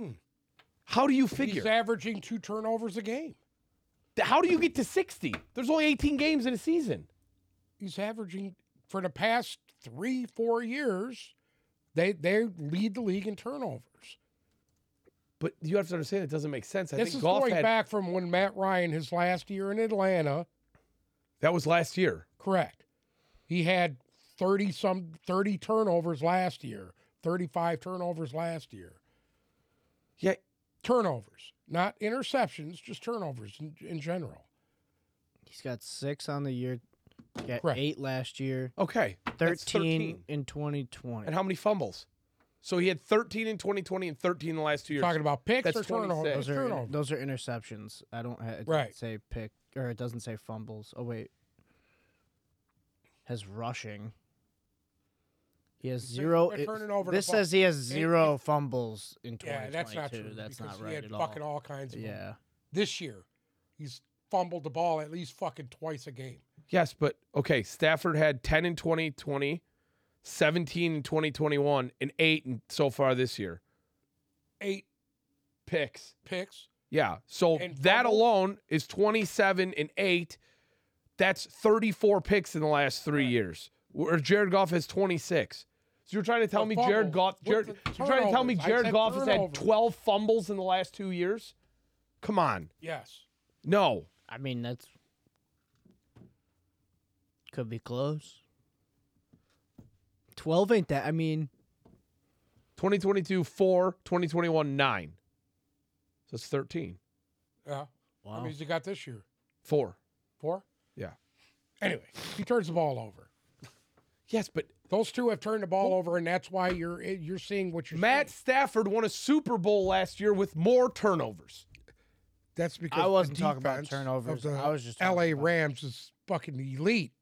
Mm. How do you He's figure? averaging two turnovers a game. how do you get to sixty? There's only 18 games in a season. He's averaging for the past three, four years. They they lead the league in turnovers. But you have to understand it doesn't make sense. I this think is golf going had back from when Matt Ryan his last year in Atlanta. that was last year. Correct. He had thirty some thirty turnovers last year. Thirty five turnovers last year. Yeah, Turnovers, not interceptions, just turnovers in, in general. He's got six on the year. He got Correct. eight last year. okay. That's 13 13. in 2020. And how many fumbles? So he had 13 in 2020 and 13 in the last two years. Talking about picks That's or turnovers? 26. those are turnovers. those are interceptions. I don't ha- it Right. doesn't say pick or it doesn't say fumbles. Oh wait. Has rushing. He has They're- zero. they're it- turning over the this ball. says he has zero fumbles in Yeah, 2022. that's not true. That's because not he right had at fucking all. all kinds of them. Yeah. This year, he's fumbled the ball at least fucking twice a game. Yes, but okay, Stafford had 10 in 2020, 17 in 2021, and 8 in, so far this year. Eight Picks. picks. Yeah. So And that fumbles? alone is 27 and 8. That's 34 picks in the last 3 Right. years. Where Jared Goff has 26. So you're trying to tell me The Jared fumbles. Goff What Jared, the you're trying to tell me turnovers? I Jared said Goff has had turnovers. 12 fumbles in the last 2 years? Come on. Yes. No. I mean that's could be close. Twelve ain't that? I mean, 2022 4, 2021 9. So it's 13. Yeah. How wow. many has he got this year? 4. Four. Yeah. Anyway, he turns the ball over. Yes, but Those two have turned the ball over, and that's why you're you're seeing what you're Matt seeing. Stafford won a Super Bowl last year with more turnovers. That's because I the wasn't talking about defense turnovers. Of the I was just talking L.A. about- Rams is fucking elite.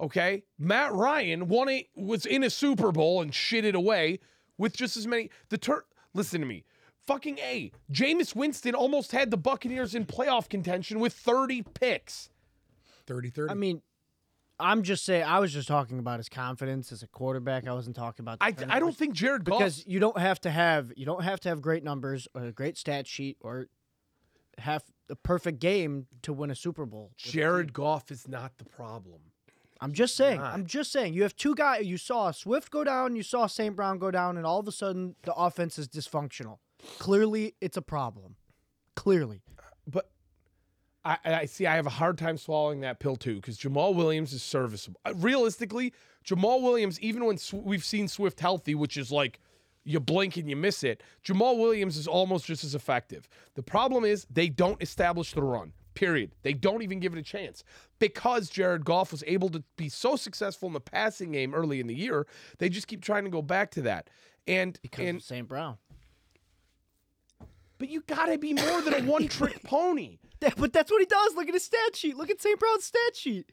Okay, Matt Ryan won it was in a Super Bowl and shit it away with just as many. The tur listen to me, fucking a. Jameis Winston almost had the Buccaneers in playoff contention with thirty picks. 30-30. I mean, I'm just saying. I was just talking about his confidence as a quarterback. I wasn't talking about. the I I don't turnovers. think Jared Goff. because you don't have to have you don't have to have great numbers or a great stat sheet or have the perfect game to win a Super Bowl. Jared Goff is not the problem. I'm just saying. not. I'm just saying. You have two guys. You saw Swift go down. You saw St. Brown go down, and all of a sudden the offense is dysfunctional. Clearly, it's a problem. Clearly, but I, I see. I have a hard time swallowing that pill too because Jamal Williams is serviceable. Uh, Realistically, Jamal Williams, even when Sw- we've seen Swift healthy, which is like you blink and you miss it, Jamal Williams is almost just as effective. The problem is they don't establish the run. Period. They don't even give it a chance because Jared Goff was able to be so successful in the passing game early in the year. They just keep trying to go back to that. And because and of St. Brown. but you gotta be more than a one trick pony. That- but that's what he does. Look at his stat sheet. Look at St. Brown's stat sheet.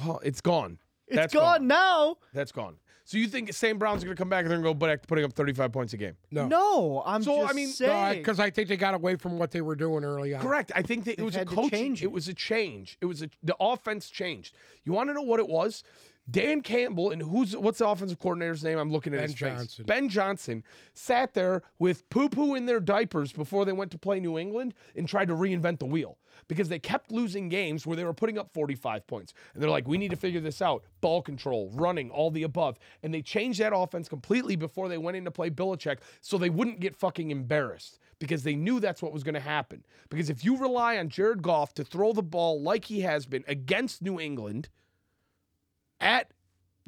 Well, it's gone. It's That's gone, gone. now. That's gone. So you think Sam Brown's going to come back and they're going to go back to putting up 35 points a game? No. No, I'm So, I just mean, no, saying. because I think they got away from what they were doing early on. Correct. I think that it They've was a had to coach. change It it. was a change. It was a the offense changed. You want to know what it was? Dan Campbell and who's what's the offensive coordinator's name? I'm looking at Ben his face. Johnson. Ben Johnson sat there with poo poo in their diapers before they went to play New England and tried to reinvent the wheel because they kept losing games where they were putting up 45 points and they're like, we need to figure this out. Ball control, running, all the above, and they changed that offense completely before they went in to play Belichick so they wouldn't get fucking embarrassed because they knew that's what was going to happen. Because if you rely on Jared Goff to throw the ball like he has been against New England at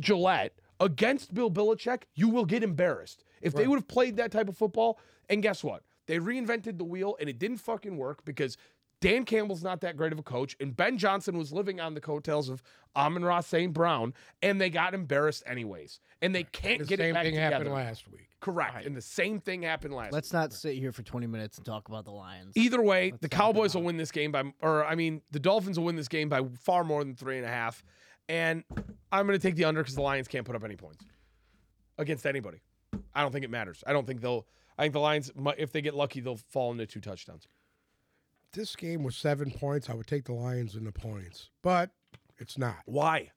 Gillette, against Bill Belichick, you will get embarrassed. If they Right. would have played that type of football, and guess what? They reinvented the wheel and it didn't fucking work because Dan Campbell's not that great of a coach, and Ben Johnson was living on the coattails of Amon Ross St. Brown, and they got embarrassed anyways. And they can't The get it same back thing together. happened last week. Correct. And the same thing happened last Let's not sit here for 20 minutes and talk about the Lions. E, Either way, the talk Cowboys about will win this game by, or I mean, the Dolphins will win this game by far more than three and a half. And I'm going to take the under because the Lions can't put up any points against anybody. I don't think it matters. I don't think they'll. I think the Lions, mi- if they get lucky, they'll fall into two touchdowns. This game was seven points. I would take the Lions in the points, but it's not. Why?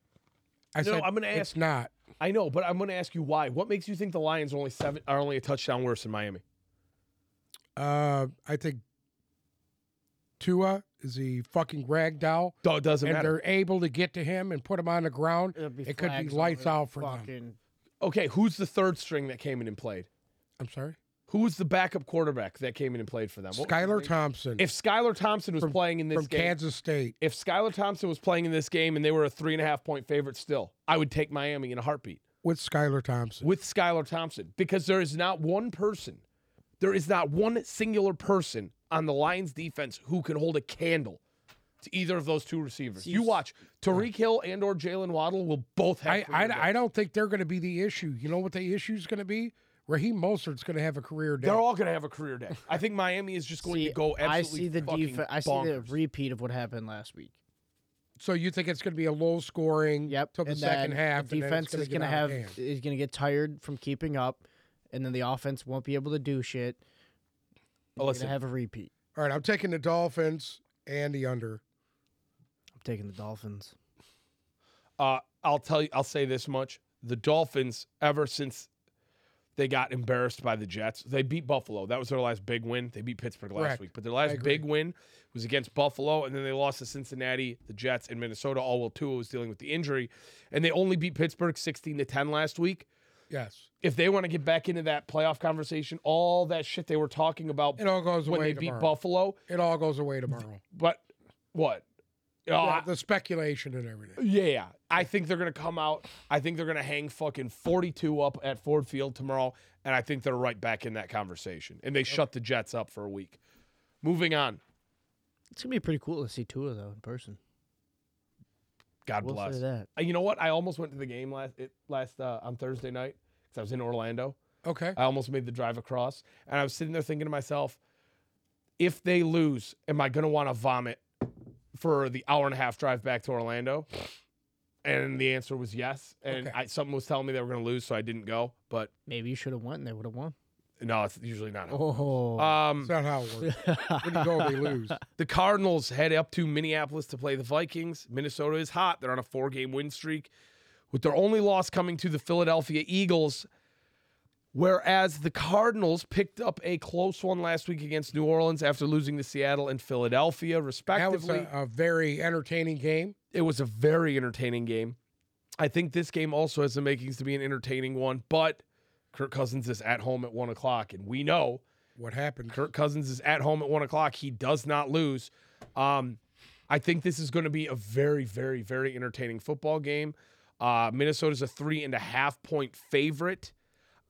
I No, said I'm gonna it's not I know, but I'm going to ask you why. What makes you think the Lions are only seven are only a touchdown worse than Miami? Uh, I think Tua is the fucking rag doll, Do- It doesn't and matter. they're able to get to him and put him on the ground. It'll be It could be flags lights all over out for them. fucking- Okay, who's the third string that came in and played? I'm sorry, Who was the backup quarterback that came in and played for them? What was his Skylar name? Thompson If Skylar Thompson was playing in this from game, Kansas State. if Skylar Thompson was playing in this game and they were a three and a half point favorite still, I would take Miami in a heartbeat with Skylar Thompson. with Skylar Thompson because there is not one person, there is not one singular person on the Lions defense who can hold a candle to either of those two receivers. You Jeez. watch Tariq Hill and or Jalen Waddle will both have. I, career days. I, I don't think they're going to be the issue. You know what the issue is going to be? Raheem Mostert's going to have a career day. They're all going to have a career day. I think Miami is just going See, to go I absolutely see the fucking def- I see the bonkers. repeat of what happened last week. so you think it's going to be a low scoring Yep. till the and second then half? The defense and then is it's gonna get gonna out have of hand. is gonna get tired from keeping up, and then the offense won't be able to do shit. Oh, We're gonna listen, have a repeat. All right, I'm taking the Dolphins and the under. I'm taking the Dolphins. Uh, I'll tell you, I'll say this much: the Dolphins, ever since they got embarrassed by the Jets, they beat Buffalo. That was their last big win. They beat Pittsburgh last Correct. week, but their last agree. big win was against Buffalo, and then they lost to Cincinnati, the Jets, and Minnesota. All while Tua was dealing with the injury, and they only beat Pittsburgh sixteen to ten last week. Yes, If they want to get back into that playoff conversation, all that shit they were talking about it all goes when away they beat tomorrow. Buffalo, it all goes away tomorrow. but what? Oh, The- I- the speculation and everything. Yeah, I think they're gonna come out. I think they're gonna hang fucking forty-two up at Ford Field tomorrow, and I think they're right back in that conversation. And they shut the Jets up for a week. Moving on. It's gonna be pretty cool to see Tua though in person. God We'll bless. say that. Uh, You know what? I almost went to the game last it, last uh, on Thursday night because I was in Orlando. Okay, I almost made the drive across, and I was sitting there thinking to myself, if they lose, am I gonna want to vomit for the hour and a half drive back to Orlando? And the answer was yes. And Okay. I, something was telling me they were gonna lose, so I didn't go. But Maybe you should have won. They would have won. no, it's usually not. how- Oh, Um, that's not how it works. Uh, When you go, they lose. the Cardinals head up to Minneapolis to play the Vikings. Minnesota is hot. They're on a four game win streak with their only loss coming to the Philadelphia Eagles. Whereas the Cardinals picked up a close one last week against New Orleans after losing to Seattle and Philadelphia, That was respectively. a, a very entertaining game. it was a very entertaining game. I think this game also has the makings to be an entertaining one, but Kirk Cousins is at home at one o'clock, and we know What happened? Kirk Cousins is at home at one o'clock. He does not lose. Um, I think this is going to be a very, very, very entertaining football game. Uh, Minnesota's a three and a half point favorite.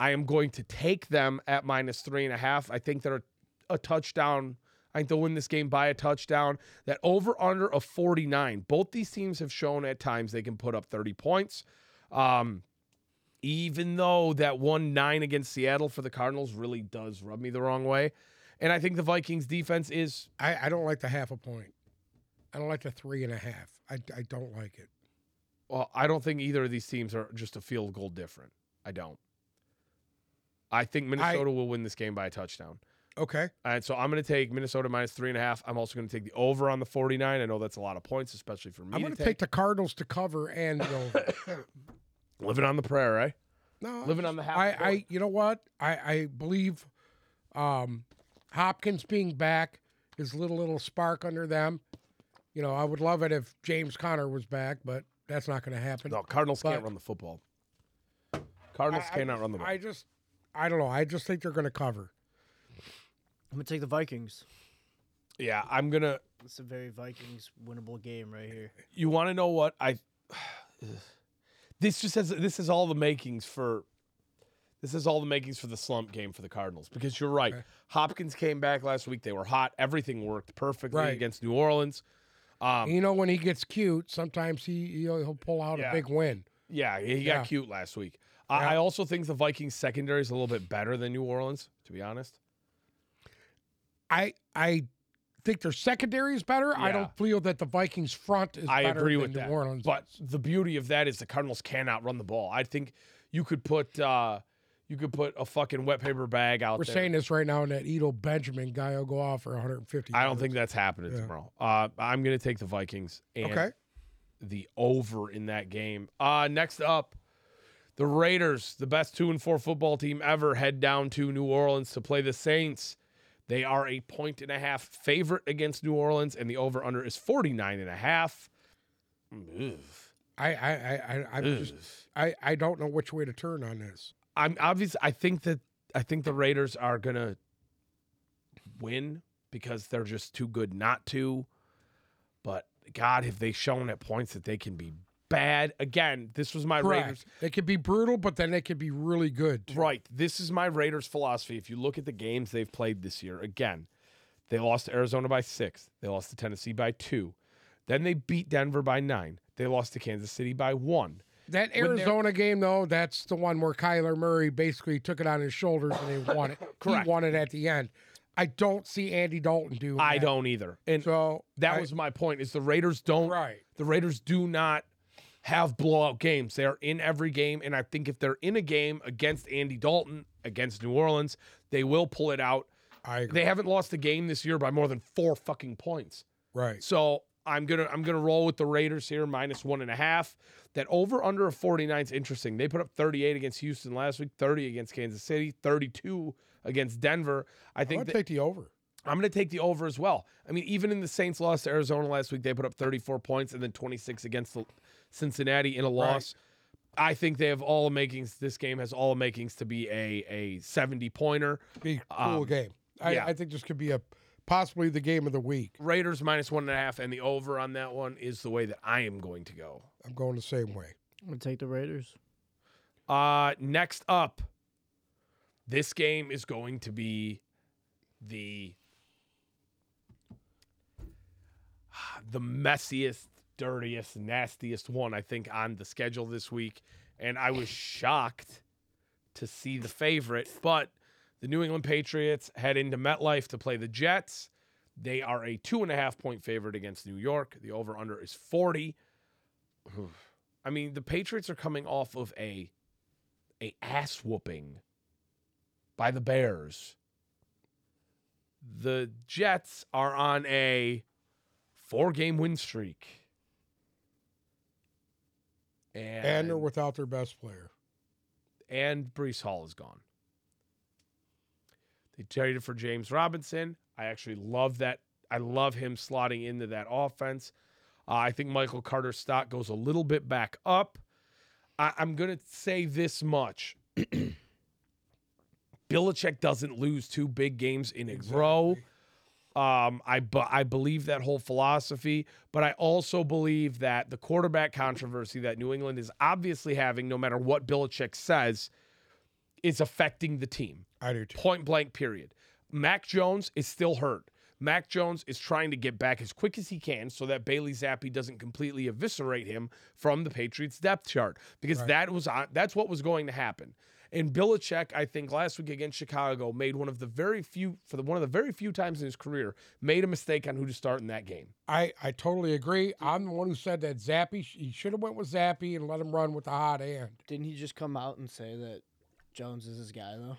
I am going to take them at minus three and a half. I think they're a touchdown. I think they'll win this game by a touchdown. That over under of 49. Both these teams have shown at times they can put up 30 points. Um, even though that one nine against Seattle for the Cardinals really does rub me the wrong way. And I think the Vikings defense is I, I don't like the half a point. I don't like the three and a half. I, I don't like it. Well, I don't think either of these teams are just a field goal different. I don't. I think Minnesota will win this game by a touchdown. Okay. And so I'm going to take Minnesota minus three and a half. I'm also going to take the over on the 49. I know that's a lot of points, especially for me. I'm to going to take the Cardinals to cover and the over. living on the prayer, eh? right? No, Living on the half. I, court. I, you know what? I, I believe um, Hopkins being back is little little spark under them. You know, I would love it if James Conner was back, but that's not going to happen. no Cardinals can't but- run the football. Cardinals I- I cannot just- run the ball. I just, I don't know. I just think they're going to cover. I'm gonna take the Vikings. yeah, I'm gonna. It's a very Vikings winnable game right here. You want to know what I? This just has this is all the makings for. This is all the makings for the slump game for the Cardinals because you're right. Okay. Hopkins came back last week. They were hot. Everything worked perfectly Right. against New Orleans. Um, you know, when he gets cute, sometimes he he'll, he'll pull out Yeah. a big win. Yeah, he got Yeah. cute last week. I, Yeah. I also think the Vikings secondary is a little bit better than New Orleans, to be honest. I, I think their secondary is better. I Yeah. don't feel that the Vikings front is. I better agree than with New that. Orleans. But the beauty of that is the Cardinals cannot run the ball. I think you could put uh, you could put a fucking wet paper bag out We're there. saying this right now, and that Edo Benjamin guy will go off for 150. I don't yards. think that's happening Yeah. tomorrow. Uh, I'm going to take the Vikings and Okay. the over in that game. Uh, next up, the Raiders, the best two and four football team ever, head down to New Orleans to play the Saints. They are a point and a half favorite against New Orleans, and the over under is 49 and a half. Ugh. I I I I, I'm just, Ugh. I I don't know which way to turn on this. I'm obvious. I think that I think the Raiders are gonna win because they're just too good not to. But God, have they shown at points that they can be bad? Again, this was my Raiders. Correct. They could be brutal, but then they could be really good. too. Right. This is my Raiders philosophy. If you look at the games they've played this year, again, they lost to Arizona by six. They lost to Tennessee by two. Then they beat Denver by nine. They lost to Kansas City by one. That When they're- Arizona game though, that's the one where Kyler Murray basically took it on his shoulders and they won it. Correct. He won it at the end. I don't see Andy Dalton doing. I that. don't either. And So that I- was my point is the Raiders don't right. The Raiders do not have blowout games. They are in every game. And I think if they're in a game against Andy Dalton, against New Orleans, they will pull it out. I agree. They haven't lost a game this year by more than four fucking points. right. So I'm gonna I'm gonna roll with the Raiders here, minus one and a half. That over under of 49 is interesting. They put up 38 against Houston last week, 30 against Kansas City, 32 against Denver. I I'm think gonna that- take the over. I'm going to take the over as well. I mean, even in the Saints loss to Arizona last week, they put up 34 points and then 26 against the Cincinnati in a loss. I think they have all the makings. This game has all the makings to be a a 70 pointer. Be a cool Um, game. I, yeah. I think this could be a possibly the game of the week. Raiders minus one and a half, and the over on that one is the way that I am going to go. I'm going the same way. I'm gonna take the Raiders. Uh, next up, this game is going to be the the messiest, dirtiest, nastiest one I think on the schedule this week, and I was shocked to see the favorite, but the New England Patriots head into MetLife to play the Jets. They are a two and a half point favorite against New York. The over under is 40. I mean, the Patriots are coming off of a a ass whooping by the Bears. The Jets are on a four game win streak. And, And they're without their best player. and Brees Hall is gone. They traded for James Robinson. I actually love that. I love him slotting into that offense. Uh, I think Michael Carter's stock goes a little bit back up. I, I'm going to say this much. Belichick doesn't lose two big games in a row. Um, I bu- I believe that whole philosophy, but I also believe that the quarterback controversy that New England is obviously having, no matter what Belichick says, is affecting the team. I do too. Point blank, period. Mac Jones is still hurt. Mac Jones is trying to get back as quick as he can so that Bailey Zappi doesn't completely eviscerate him from the Patriots depth chart because that was on, that's what was going to happen. And Belichick, I think last week against Chicago, made one of the very few for the one of the very few times in his career made a mistake on who to start in that game. I, I totally agree. I'm the one who said that Zappy he should have went with Zappy and let him run with the hot hand. Didn't he just come out and say that Jones is his guy though?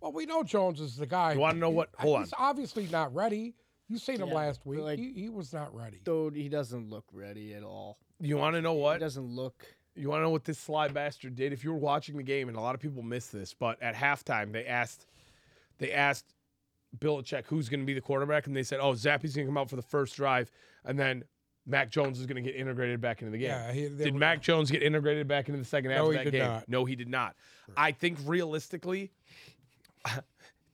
Well, we know Jones is the guy. You want to know what? Hold on. He's obviously not ready. You seen him Yeah, last week. like- he, he was not ready. Though he doesn't look ready at all. You want to know He what? doesn't look. You want to know what this sly bastard did? If you were watching the game, and a lot of people miss this, but at halftime they asked, they asked Belichick who's going to be the quarterback, and they said, "Oh, Zappy's going to come out for the first drive, and then Mac Jones is going to get integrated back into the game." he, they Did were- Mac Jones get integrated back into the second half No, of he that did game? not. No, he did not. I think realistically,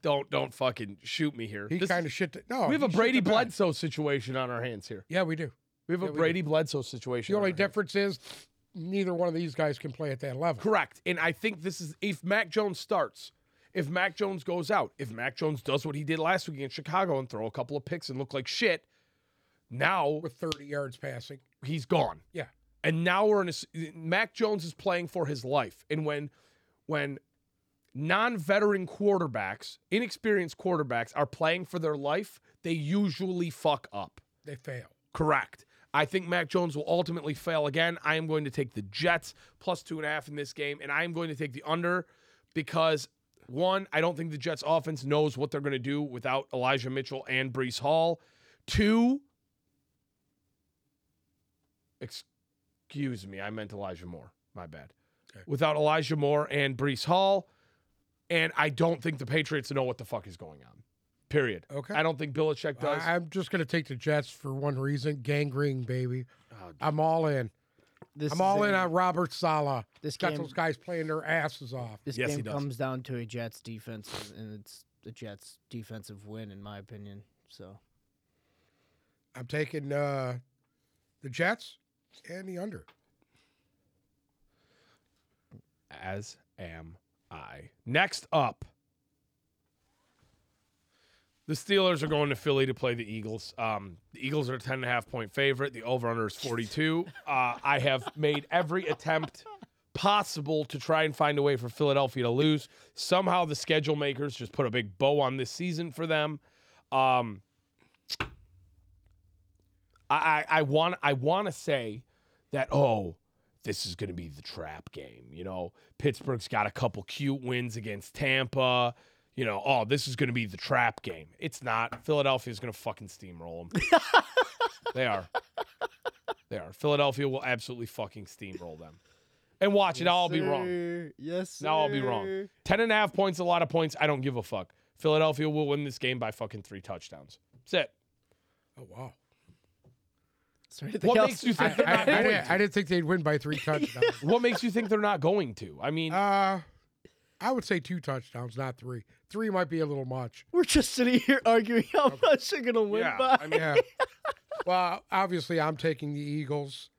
don't don't fucking shoot me here. he This- kind of shit. The, no, we have he a shit Brady the bed. Bledsoe situation on our hands here. Yeah, we do. We have Yeah, a we do. Brady Bledsoe situation. The on our only hands. difference is neither one of these guys can play at that level. Correct. And I think this is if Mac Jones starts, if Mac Jones goes out, if Mac Jones does what he did last week in Chicago and throw a couple of picks and look like shit, now With 30 yards passing. he's gone. Yeah. And now we're in a s- Mac Jones is playing for his life. And when when non-veteran quarterbacks, inexperienced quarterbacks are playing for their life, they usually fuck up. They fail. Correct. I think Mac Jones will ultimately fail again. I am going to take the Jets plus two and a half in this game, and I am going to take the under because one, I don't think the Jets offense knows what they're going to do without Elijah Mitchell and Brees Hall. Two, excuse me, I meant Elijah Moore. My bad. Okay. Without Elijah Moore and Brees Hall, and I don't think the Patriots know what the fuck is going on. Period. Okay. I don't think Belichick does. I, am just going to take the Jets for one reason gangrene, baby. Oh, I'm all in. This I'm is all in a- on Robert Sala. this Got game. those guys playing their asses off. This Yes, he game does. comes down to a Jets defense, and it's the Jets defensive win, in my opinion. So I'm taking uh, the Jets and the under. as am I. Next up, the Steelers are going to Philly to play the Eagles. Um, the Eagles are a 10 and a half point favorite. The over under is 42. Uh, I have made every attempt possible to try and find a way for Philadelphia to lose. Somehow the schedule makers just put a big bow on this season for them. Um, I, I, I want I want to say that oh this is going to be the trap game. You know, Pittsburgh's got a couple cute wins against Tampa. You know, oh, this is going to be the trap game. It's not. Philadelphia's going to fucking steamroll them. they are. They are. Philadelphia will absolutely fucking steamroll them. And watch it. I'll be wrong. Yes. Now I'll be wrong. Mm. sir. Ten and a half points, a lot of points. I don't give a fuck. Philadelphia will win this game by fucking three touchdowns. That's it. Oh, wow. What makes you I, think they're I- not I going didn't, to? I didn't think they'd win by three touchdowns. What makes you think they're not going to? I mean, uh, I would say two touchdowns, not three. Three might be a little much. We're just sitting here arguing how much they're gonna win yeah. by. I mean, Yeah. well, obviously, I'm taking the Eagles,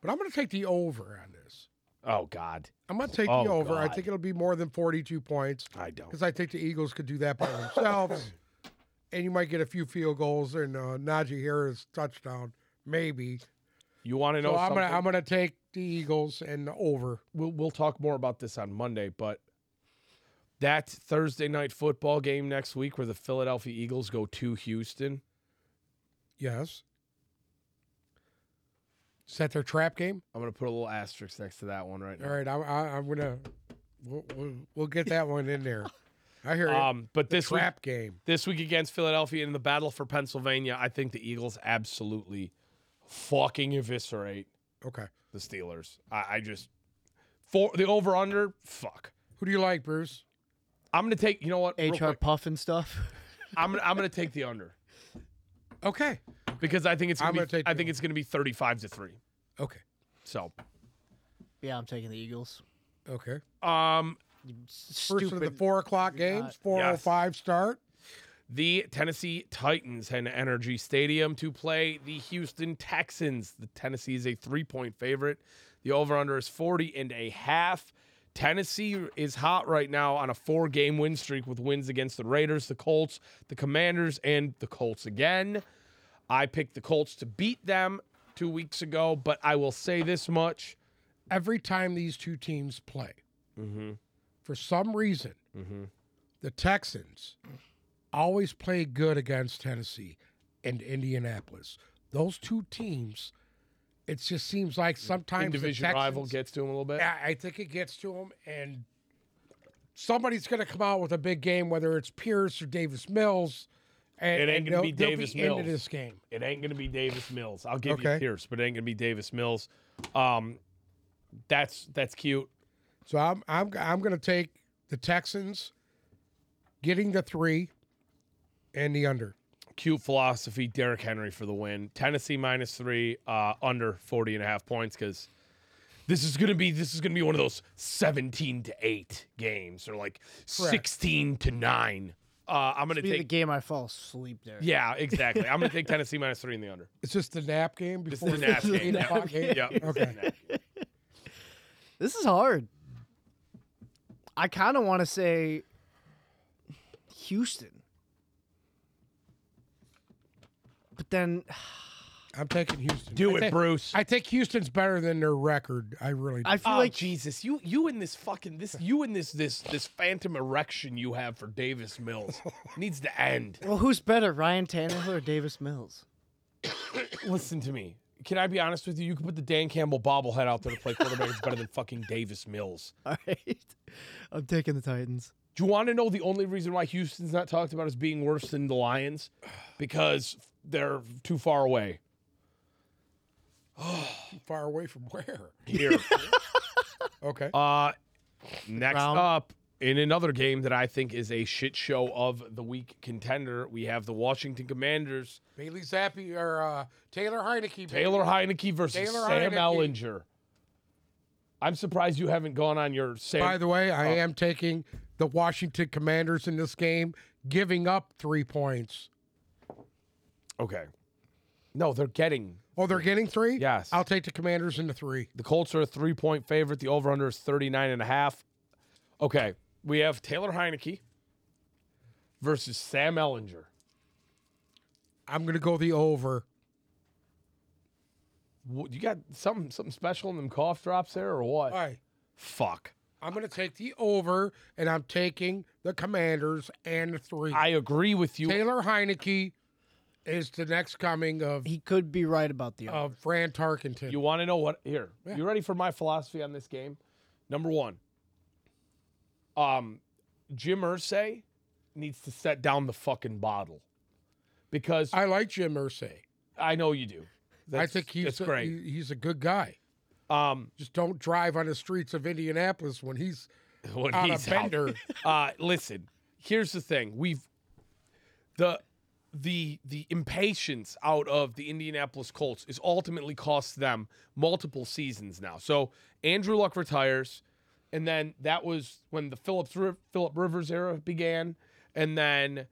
but I'm going to take the over on this. oh God, I'm going to take the Oh, over. I God. think it'll be more than 42 points I don't. because I think the Eagles could do that by themselves. and you might get a few field goals and uh, Najee Harris touchdown, maybe. You want to know So I'm something? going to I'm going to take the Eagles and the over. we'll, we'll talk more about this on Monday, but that Thursday night football game next week where the Philadelphia Eagles go to Houston, Yes. Is that their trap game? I'm going to put a little asterisk next to that one right All now. right, I, I, I'm gonna we'll, we'll, we'll get that one in there. I hear you. Um, but The this week, trap game. this week against Philadelphia in the battle for Pennsylvania, I think the Eagles absolutely fucking eviscerate Okay, the Steelers. I, I just for the over under, fuck. who do you like, Bruce? I'm going to take. You know what? real HR quick, Puff and stuff. I'm gonna, I'm going to take the under Okay, because I think it's I'm going gonna to be take I the think over. it's going to be 35 to three. okay, So. Yeah, I'm taking the Eagles. okay. Um, First Stupid. of the four o'clock games, four o five start. the Tennessee Titans head to Energy Stadium to play the Houston Texans. The Tennessee is a three point favorite. The over under is 40 and a half. Tennessee is hot right now on a four game win streak with wins against the Raiders, the Colts, the Commanders, and the Colts again. I picked the Colts to beat them two weeks ago, but I will say this much Every time these two teams play, Mm-hmm. For some reason, Mm-hmm. the Texans always play good against Tennessee and Indianapolis. Those two teams, it just seems like sometimes the Division Mm. rival Texans- gets to him a little bit. I I think it gets to him, and somebody's going to come out with a big game, whether it's Pierce or Davis Mills. And, It ain't and gonna be they'll- they'll Davis Mills. Into this game, It ain't gonna be Davis Mills. I'll give you Okay. Pierce, but it ain't gonna be Davis Mills. Um, that's that's cute. so I'm I'm I'm going to take the Texans getting the three and the under. Cute philosophy. Derrick Henry for the win. Tennessee minus three, uh, under 40 and a half points because this is gonna be this is gonna be one of those 17 to eight games or like 16 to nine. Uh, I'm gonna Be the take. game I fall asleep there. Yeah, exactly. I'm gonna take Tennessee minus three in the under. It's just the nap game Just before the nap eight game. o'clock game. Yep. Okay. This is hard. I kind of want to say Houston. But then I'm taking Houston. Do I it, think- Bruce. I think Houston's better than their record. I really. Do. I feel oh, like Jesus, you you in this fucking this you in this this this phantom erection you have for Davis Mills needs to end. well, who's better, Ryan Tannehill or Davis Mills? Listen to me. Can I be honest with you? You can put the Dan Campbell bobblehead out there to play quarterback. It's better than fucking Davis Mills. All right, I'm taking the Titans. Do you want to know the only reason why Houston's not talked about as being worse than the Lions? Because they're too far away. far away from where? Here. Okay. Uh, next Round. up, in another game that I think is a shit show of the week contender, we have the Washington Commanders Bailey Zappi or uh, Taylor Heineke. baby. Taylor Heineke versus Taylor Sam Heineke. Ellinger. I'm surprised you haven't gone on your Sam. By the way, I Oh. am taking the Washington Commanders in this game, giving up three points. okay. No, they're getting Oh, they're getting three? Yes. I'll take the Commanders in the three. the Colts are a three point favorite. The over under is 39 and a half. Okay. We have Taylor Heineke versus Sam Ellinger. I'm going to go the over. Wh- You got something something special in them cough drops there or what? All right. Fuck. I'm going to take the over, and I'm taking the Commanders and the three. I agree with you. Taylor Heineke is the next coming of, He could be right about Oh, the. of Fran Tarkenton. You want to know what? Here, you ready for my philosophy on this game? Number one, um, Jim Irsay needs to set down the fucking bottle because I, I like Jim Irsay. know you do. I That's, think he's that's a, great. he- he's a good guy. um, Just don't drive on the streets of Indianapolis when he's when on he's a out. bender. uh, listen, here's the thing: we've the the the impatience out of the Indianapolis Colts is ultimately cost them multiple seasons now. So Andrew Luck retires, and then that was when the Phillips Riv- Philip Rivers era began, and then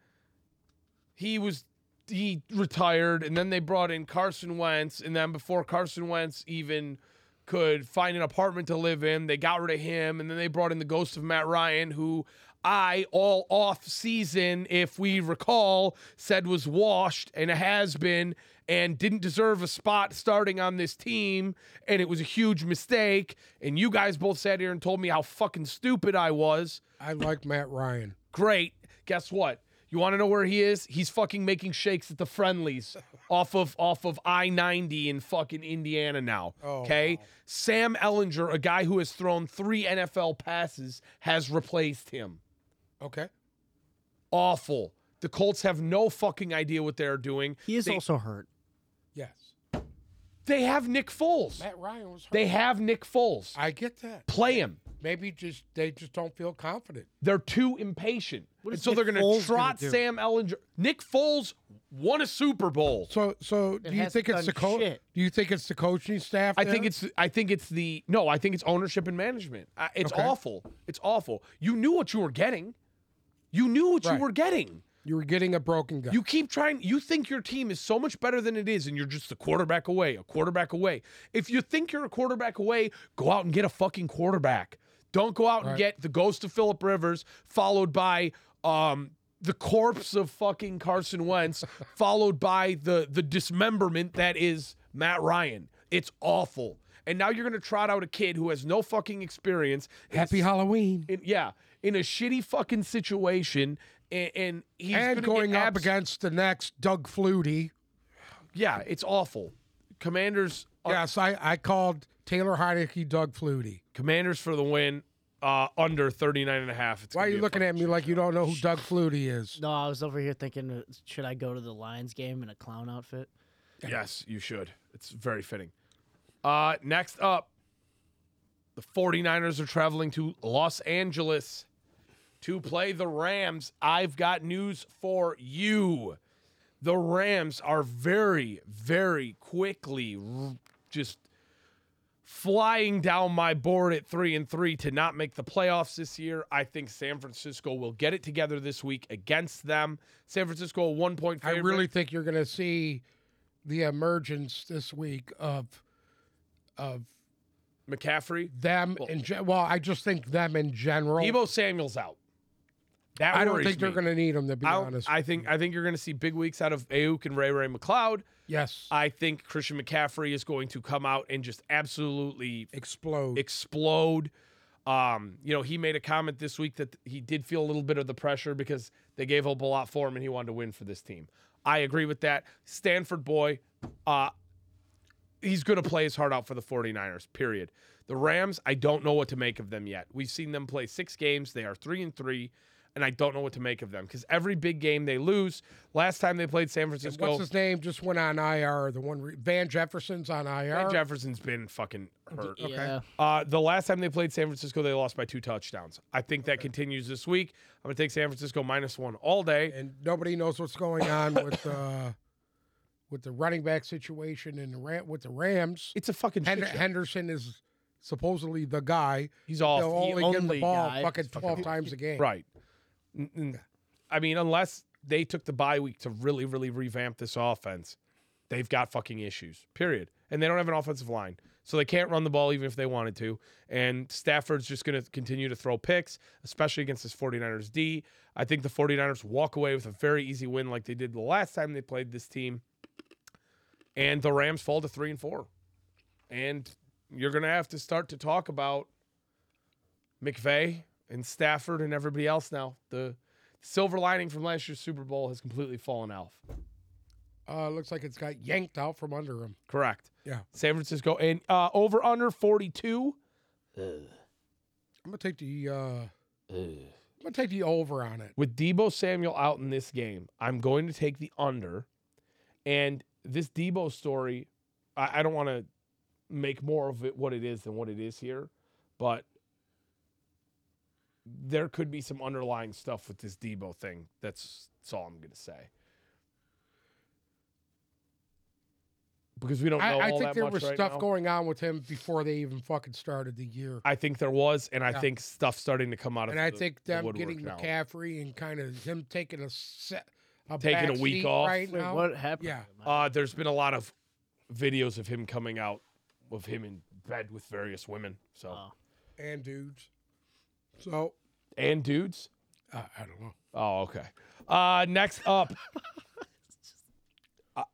he was he retired, and then they brought in Carson Wentz, and then before Carson Wentz even could find an apartment to live in. They got rid of him, and then they brought in the ghost of Matt Ryan, who I all off season, if we recall, said was washed and has been and didn't deserve a spot starting on this team, and it was a huge mistake. And you guys both sat here and told me how fucking stupid I was. I like Matt Ryan. Great. Guess what? You want to know where he is? He's fucking making shakes at the friendlies off of off of I ninety in fucking Indiana now. Oh, okay, Sam Ellinger, a guy who has thrown three NFL passes, has replaced him. Okay. Awful. The Colts have no fucking idea what they're doing. He is they- also hurt. Yes. They have Nick Foles. Matt Ryan was hurt. They have Nick Foles. I get that. Play him. Maybe just they just don't feel confident. They're too impatient, What and is so they're Nick going to Foles gonna trot do? Sam Ellinger. Nick Foles won a Super Bowl. So so do you hasn't think it's done the coach? shit. Do you think it's the coaching staff? I think there? it's I think it's the no, I think it's ownership and management. I, it's Okay. awful. It's awful. You knew what you were getting. You knew what you Right. were getting. you were getting a broken guy. You keep trying you think your team is so much better than it is and you're just a quarterback away, a quarterback away. If you think you're a quarterback away, go out and get a fucking quarterback. Don't go out and Right. get the ghost of Philip Rivers followed by um the corpse of fucking Carson Wentz followed by the the dismemberment that is Matt Ryan. It's awful. and now you're going to trot out a kid who has no fucking experience. in a Happy Halloween. in, yeah, in a shitty fucking situation, and, and he's and gonna going get up abs- against the next Doug Flutie. Yeah, it's awful. Commanders, are, yes, I, I called Taylor Heineke Doug Flutie. Commanders for the win. Uh, under 39 and a half. It's Why are gonna you be a looking at fucking me like you don't know who Doug Flutie is? No, I was over here thinking, uh, should I go to the Lions game in a clown outfit? shit. Yes, you should. It's very fitting. Uh, next up, the 49ers are traveling to Los Angeles to play the Rams. I've got news for you. The Rams are very, very quickly r- just flying down my board at three and three to not make the playoffs this year. I think San Francisco will get it together this week against them. San Francisco, a one point I favorite. really think you're going to see the emergence this week of of McCaffrry. them. in ge- well, I just think them in general. Debo Samuel's out. That I don't worries think they're me. going to need them to be I, don't- honest. I think I think you're going to see big weeks out of Ayuk and Ray Ray McLeod. yes, I think Christian McCaffrey is going to come out and just absolutely explode. explode. Um, you know, he made a comment this week that he did feel a little bit of the pressure because they gave up a lot for him and he wanted to win for this team. I agree with that. Stanford boy, uh, he's going to play his heart out for the 49ers, period. The Rams, I don't know what to make of them yet. We've seen them play six games. They are three and three, and I don't know what to make of them because every big game they lose. Last time they played San Francisco, What's his name? Just went on IR. The one re- Van Jefferson's on IR. Van Jefferson's been fucking hurt. Yeah. Uh, the last time they played San Francisco, they lost by two touchdowns. I think that continues this week. I'm going to take San Francisco minus one all day. and nobody knows what's going on with uh, with the running back situation and the Ram- with the Rams. It's a fucking shit Hen- show. Henderson is supposedly the guy. He's They'll off. only, give him the only ball guy. fucking Fucking twelve off. times a game. Right. N- n- I mean, unless they took the bye week to really, really revamp this offense, they've got fucking issues, period. And they don't have an offensive line. So they can't run the ball even if they wanted to. And Stafford's just going to continue to throw picks, especially against this 49ers D. I think the 49ers walk away with a very easy win like they did the last time they played this team. And the Rams fall to three and four. And you're going to have to start to talk about McVay and Stafford and everybody else now. The silver lining from last year's Super Bowl has completely fallen off. Uh, looks like it's got yanked out from under him. Correct. Yeah. San Francisco and uh, over under 42. I'm gonna take the. Uh, I'm gonna take the over on it. With Debo Samuel out in this game, I'm going to take the under. And this Debo story, I, I don't want to make more of it what it is than what it is here, but there could be some underlying stuff with this Debo thing. That's, that's all I'm going to say. Because we don't know I, I all think that there much was right stuff now. going on with him before they even fucking started the year, I think there was, and I Yeah. think stuff starting to come out of. and I the- think the them woodwork getting now. McCaffrey and kind of him taking a set, a Taking a back week seat off. right Wait, now. what happened? Yeah. to them? Uh, there's been a lot of videos of him coming out of him in bed with various women. So Oh. and dudes. So and dudes. uh, I don't know. Oh, okay. Uh, next up, I-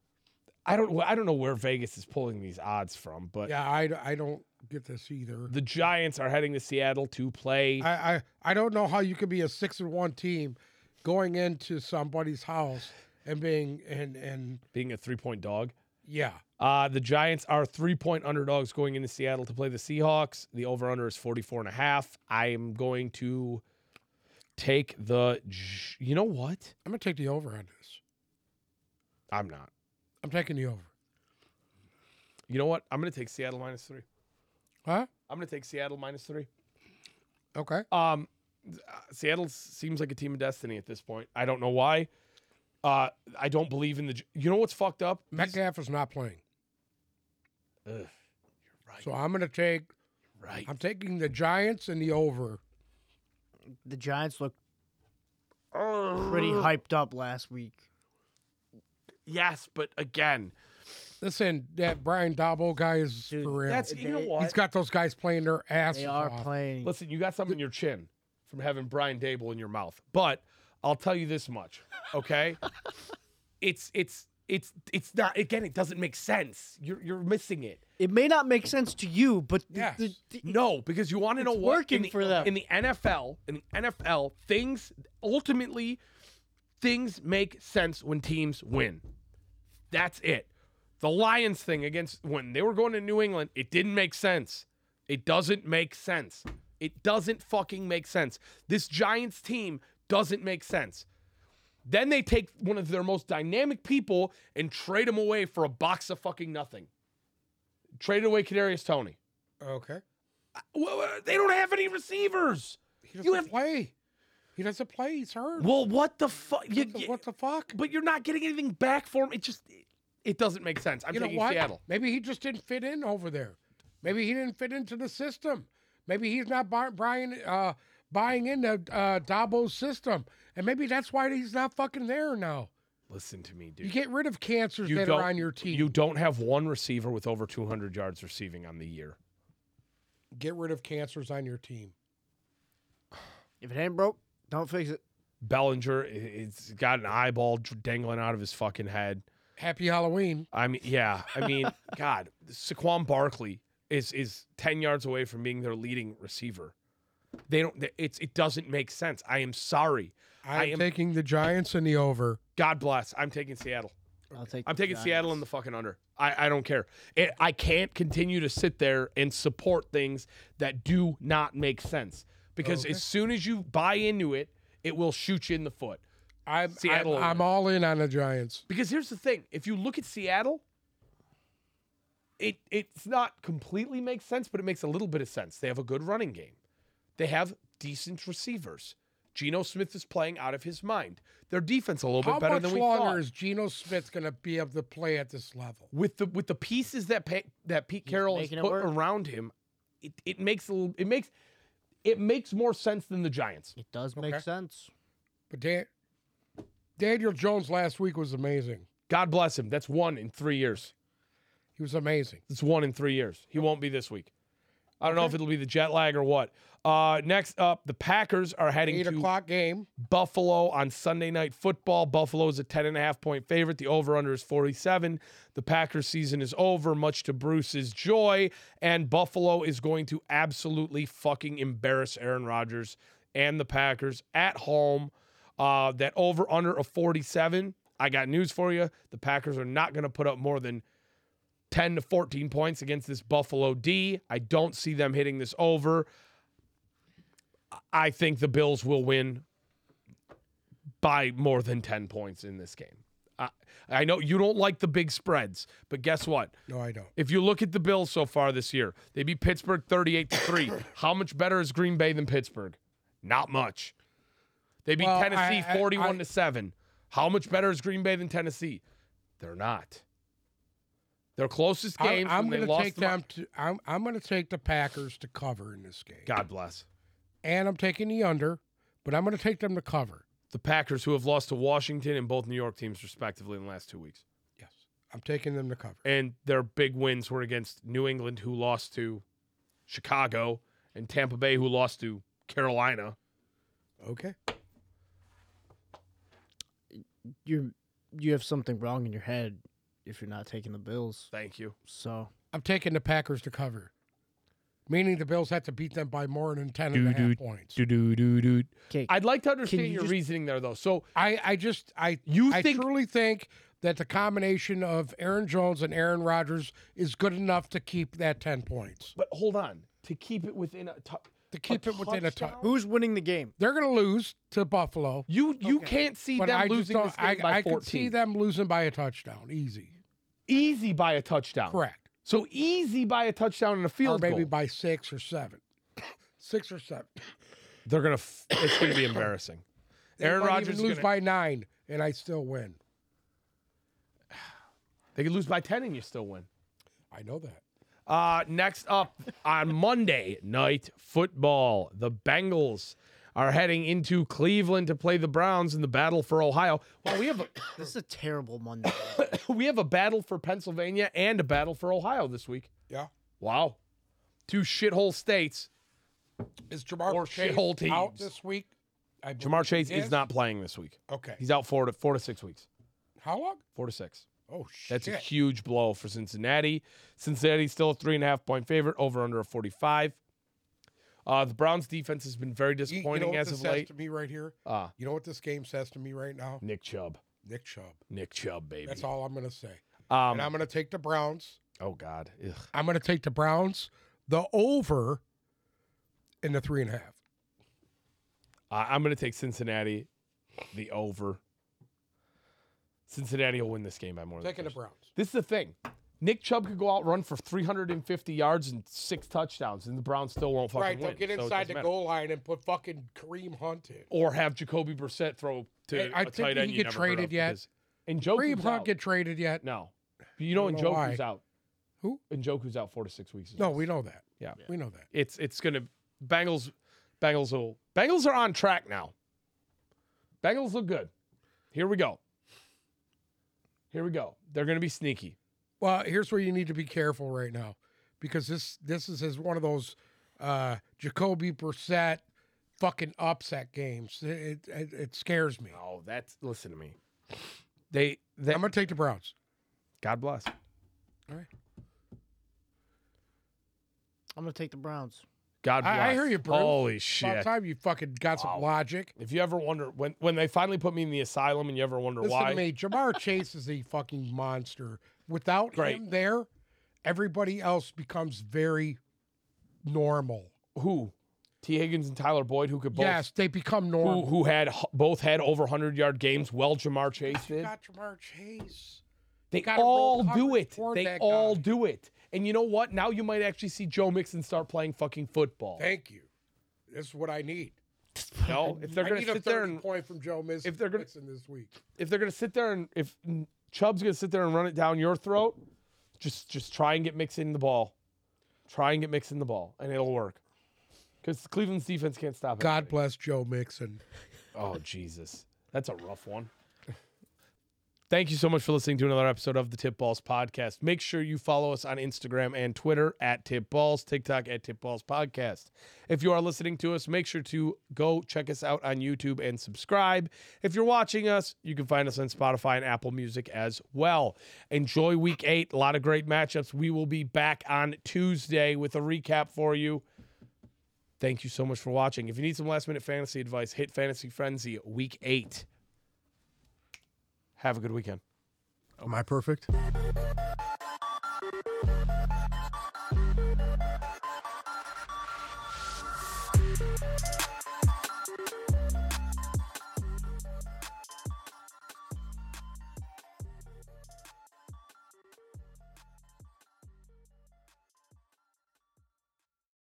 I don't. I don't know where Vegas is pulling these odds from, but Yeah, I, I don't get this either. the Giants are heading to Seattle to play. I, I I don't know how you could be a six and one team going into somebody's house and being and and being a three-point dog. yeah. Uh, the Giants are three-point underdogs going into Seattle to play the Seahawks. The over/under is 44 and a half. I am going to take the. Gi- You know what? I'm gonna take the over on this. I'm not. I'm taking the over. You know what? I'm going to take Seattle minus three. Huh? I'm going to take Seattle minus three. Okay. Um, th- uh, Seattle s- seems like a team of destiny at this point. I don't know why. Uh, I don't believe in the. Gi- You know what's fucked up? Metcalf is not playing, Ugh, you're right. so I'm gonna take. right. I'm taking the Giants and the over. The Giants looked pretty hyped up last week. Yes, but again, Listen, that Brian Dabo guy is Dude, for real. that's you know They- what. He's got those guys playing their asses They are off. playing. Listen, you got something in your chin from having Brian Dable in your mouth. But I'll tell you this much, okay? it's it's it's it's not again. It doesn't make sense. You're you're missing it. It may not make sense to you, but the- Yes. the- the- No, because you want to know It's what working in the, for them. in the NFL. In the NFL, things ultimately things make sense when teams win. That's it. The Lions thing against when they were going to New England, it didn't make sense. It doesn't make sense. It doesn't fucking make sense. This Giants team doesn't make sense. Then they take one of their most dynamic people and trade him away for a box of fucking nothing. Trade away Kadarius Tony. Okay. Well, uh, they don't have any receivers. He doesn't You have- play. He doesn't play. He's hurt. What, Well, what the fuck? the, what the fuck? But you're not getting anything back for him. It just it doesn't make sense. I'm you know taking what? Seattle. Maybe he just didn't fit in over there. Maybe he didn't fit into the system. Maybe he's not buy, Brian uh, buying into uh, Dabo's system, and maybe that's why he's not fucking there now. Listen to me, dude. You get rid of cancers that don't- are on your team. You don't have one receiver with over 200 yards receiving on the year. get rid of cancers on your team. if it ain't broke, don't fix it. Bellinger, i- it's got an eyeball dr- dangling out of his fucking head. Happy Halloween. I mean, yeah. I mean, God, Saquon Barkley is is 10 yards away from being their leading receiver. They don't. they- It's it doesn't make sense. I am sorry. I'm I am- taking the Giants and the over. God bless. I'm taking Seattle. I'll take. I'm the taking Seattle in Giants. the fucking under. I, I don't care. It, I can't continue to sit there and support things that do not make sense because Okay. as soon as you buy into it, it will shoot you in the foot. I'm I'm, Seattle over. I'm all in on the Giants. Because here's the thing: if you look at Seattle, it it's not completely makes sense, but it makes a little bit of sense. They have a good running game. They have decent receivers. Geno Smith is playing out of his mind. Their defense a little How bit better much than we longer thought. is Geno Smith going to be able to play at this level? with the with the pieces that pa- that Pete He's Carroll has making it put work. around him, it, it makes a little, it makes it makes more sense than the Giants. It does make Okay. sense. But Dan- Daniel Jones last week was amazing. God bless him. That's one in three years. He was amazing. That's one in three years. He won't be this week. I don't know if it'll be the jet lag or what. Uh, next up, the Packers are heading Eight to o'clock game. Buffalo on Sunday night football. Buffalo is a 10.5 point favorite. The over under is 47. The Packers season is over, much to Bruce's joy. And Buffalo is going to absolutely fucking embarrass Aaron Rodgers and the Packers at home. Uh, that over under of 47. I got news for you. The Packers are not going to put up more than 10 to 14 points against this Buffalo D. I don't see them hitting this over. I think the Bills will win by more than 10 points in this game. I, I know you don't like the big spreads, but guess what? No, I don't. If you look at the Bills so far this year, they beat Pittsburgh 38 to 3. How much better is Green Bay than Pittsburgh? Not much. They beat Well, I- Tennessee I- 41 I- to 7. How much better is Green Bay than Tennessee? They're not. Their closest I, game am they going to lost take to my- them to. I'm, I'm going to take the Packers to cover in this game, God bless. and I'm taking the under, but I'm going to take them to cover. The Packers who have lost to Washington and both New York teams respectively in the last 2 weeks. Yes, I'm taking them to cover. and their big wins were against New England, who lost to Chicago, and Tampa Bay, who lost to Carolina. Okay. You you have something wrong in your head if you're not taking the Bills. Thank you. So I'm taking the Packers to cover, meaning the Bills have to beat them by more than 10 and a half Doo-doo, points. okay, I'd like to understand you your just- reasoning there, though. So I, I just, I, you I think truly think that the combination of Aaron Jones and Aaron Rodgers is good enough to keep that 10 points, but hold on. To keep it within a tou- to keep it within a time. touchdown? who's winning the game? They're going to lose to Buffalo, you you Okay. can't see but them I just losing don't, this game I, by I fourteen. could see them losing by a touchdown. Easy. Easy by a touchdown. Correct. So easy by a touchdown and a Or field maybe goal. by six or seven. six or seven. They're gonna. F- it's gonna be embarrassing. They Aaron might even Rodgers is lose gonna- by nine, and I still win. They could lose by ten and you still win. I know that. Uh, next up on Monday night football, the Bengals are heading into Cleveland to play the Browns in the battle for Ohio. Well, we have a, This is a terrible Monday. we have a battle for Pennsylvania and a battle for Ohio this week. Yeah. Wow, two shithole states. Is Jamar Or Chase shithole out teams. this week? I believe Jamar he Chase is is. not playing this week. Okay. He's out four to four to six weeks. How long? Four to six. Oh shit! That's a huge blow for Cincinnati. Cincinnati's still a three and a half point favorite over under a 45. Uh, the Browns defense has been very You- you know disappointing what as this of says late. To me, right here. Uh, You know what this game says to me right now? Nick Chubb. Nick Chubb. Nick Chubb, baby. That's all I'm gonna say. Um, and I'm gonna take the Browns. oh, God. Ugh. I'm gonna take the Browns, the over, in the three and a half. I I'm going to take Cincinnati, the over. Cincinnati will win this game by more than Taking the first. Browns. This is the thing. Nick Chubb could go out run for 350 yards and six touchdowns, and the Browns still won't fucking Right, win. they'll get so it inside doesn't the matter. goal line and put fucking Kareem Hunt in. Or have Jacoby Brissett throw to I- I a think tight end he you get never heard of traded yet. because- And Kareem Joku's Hunt out. get traded yet? no, you know, I and don't know why. Joku's out. Who? And Joku's out four to six weeks. No, we know that. Yeah. we know that. It's it's gonna Bengals. Bengals will. Bengals are on track now. Bengals look good. Here we go. Here we go. They're gonna be sneaky. Well, here's where you need to be careful right now, because this this is as one of those uh, Jacoby Brissett fucking upset games. It it, it scares me. Oh, that's listen to me. They. they I'm gonna take the Browns. God bless. I'm gonna take the Browns. God bless. I- I hear you, Bruce. Holy About shit. time you fucking got some Wow. logic. If you ever wonder when when they finally put me in the asylum, and you ever wonder Listen why, to me, Jamar Chase is a fucking monster. Without Great. him there, everybody else becomes very normal. who T Higgins and Tyler Boyd, who could both yes, they become who, normal. who had h- both had over 100 yard games. Well, Jamar Chase You did. got Jamar Chase. They gotta all roll do coverage it. toward They that all guy. do it. And you know what? Now you might actually see Joe Mixon start playing fucking football. Thank you. This is what I need. No, if they're I going need to a sit there 30 and point from Joe Mixon, if they're gonna- Mixon this week. if they're going to sit there and if Chubb's going to sit there and run it down your throat, just just try and get Mixon the ball. Try and get Mixon the ball, and it'll work. Because Cleveland's defense can't stop it. God bless Joe Mixon. Oh, Jesus. That's a rough one. Thank you so much for listening to another episode of the Tip Balls Podcast. Make sure you follow us on Instagram and Twitter at Tip Balls, TikTok at Tip Balls Podcast. If you are listening to us, make sure to go check us out on YouTube and subscribe. If you're watching us, you can find us on Spotify and Apple Music as well. Enjoy week eight. A lot of great matchups. We will be back on Tuesday with a recap for you. Thank you so much for watching. If you need some last minute fantasy advice, hit Fantasy Frenzy week eight. Have a good weekend. Am I perfect?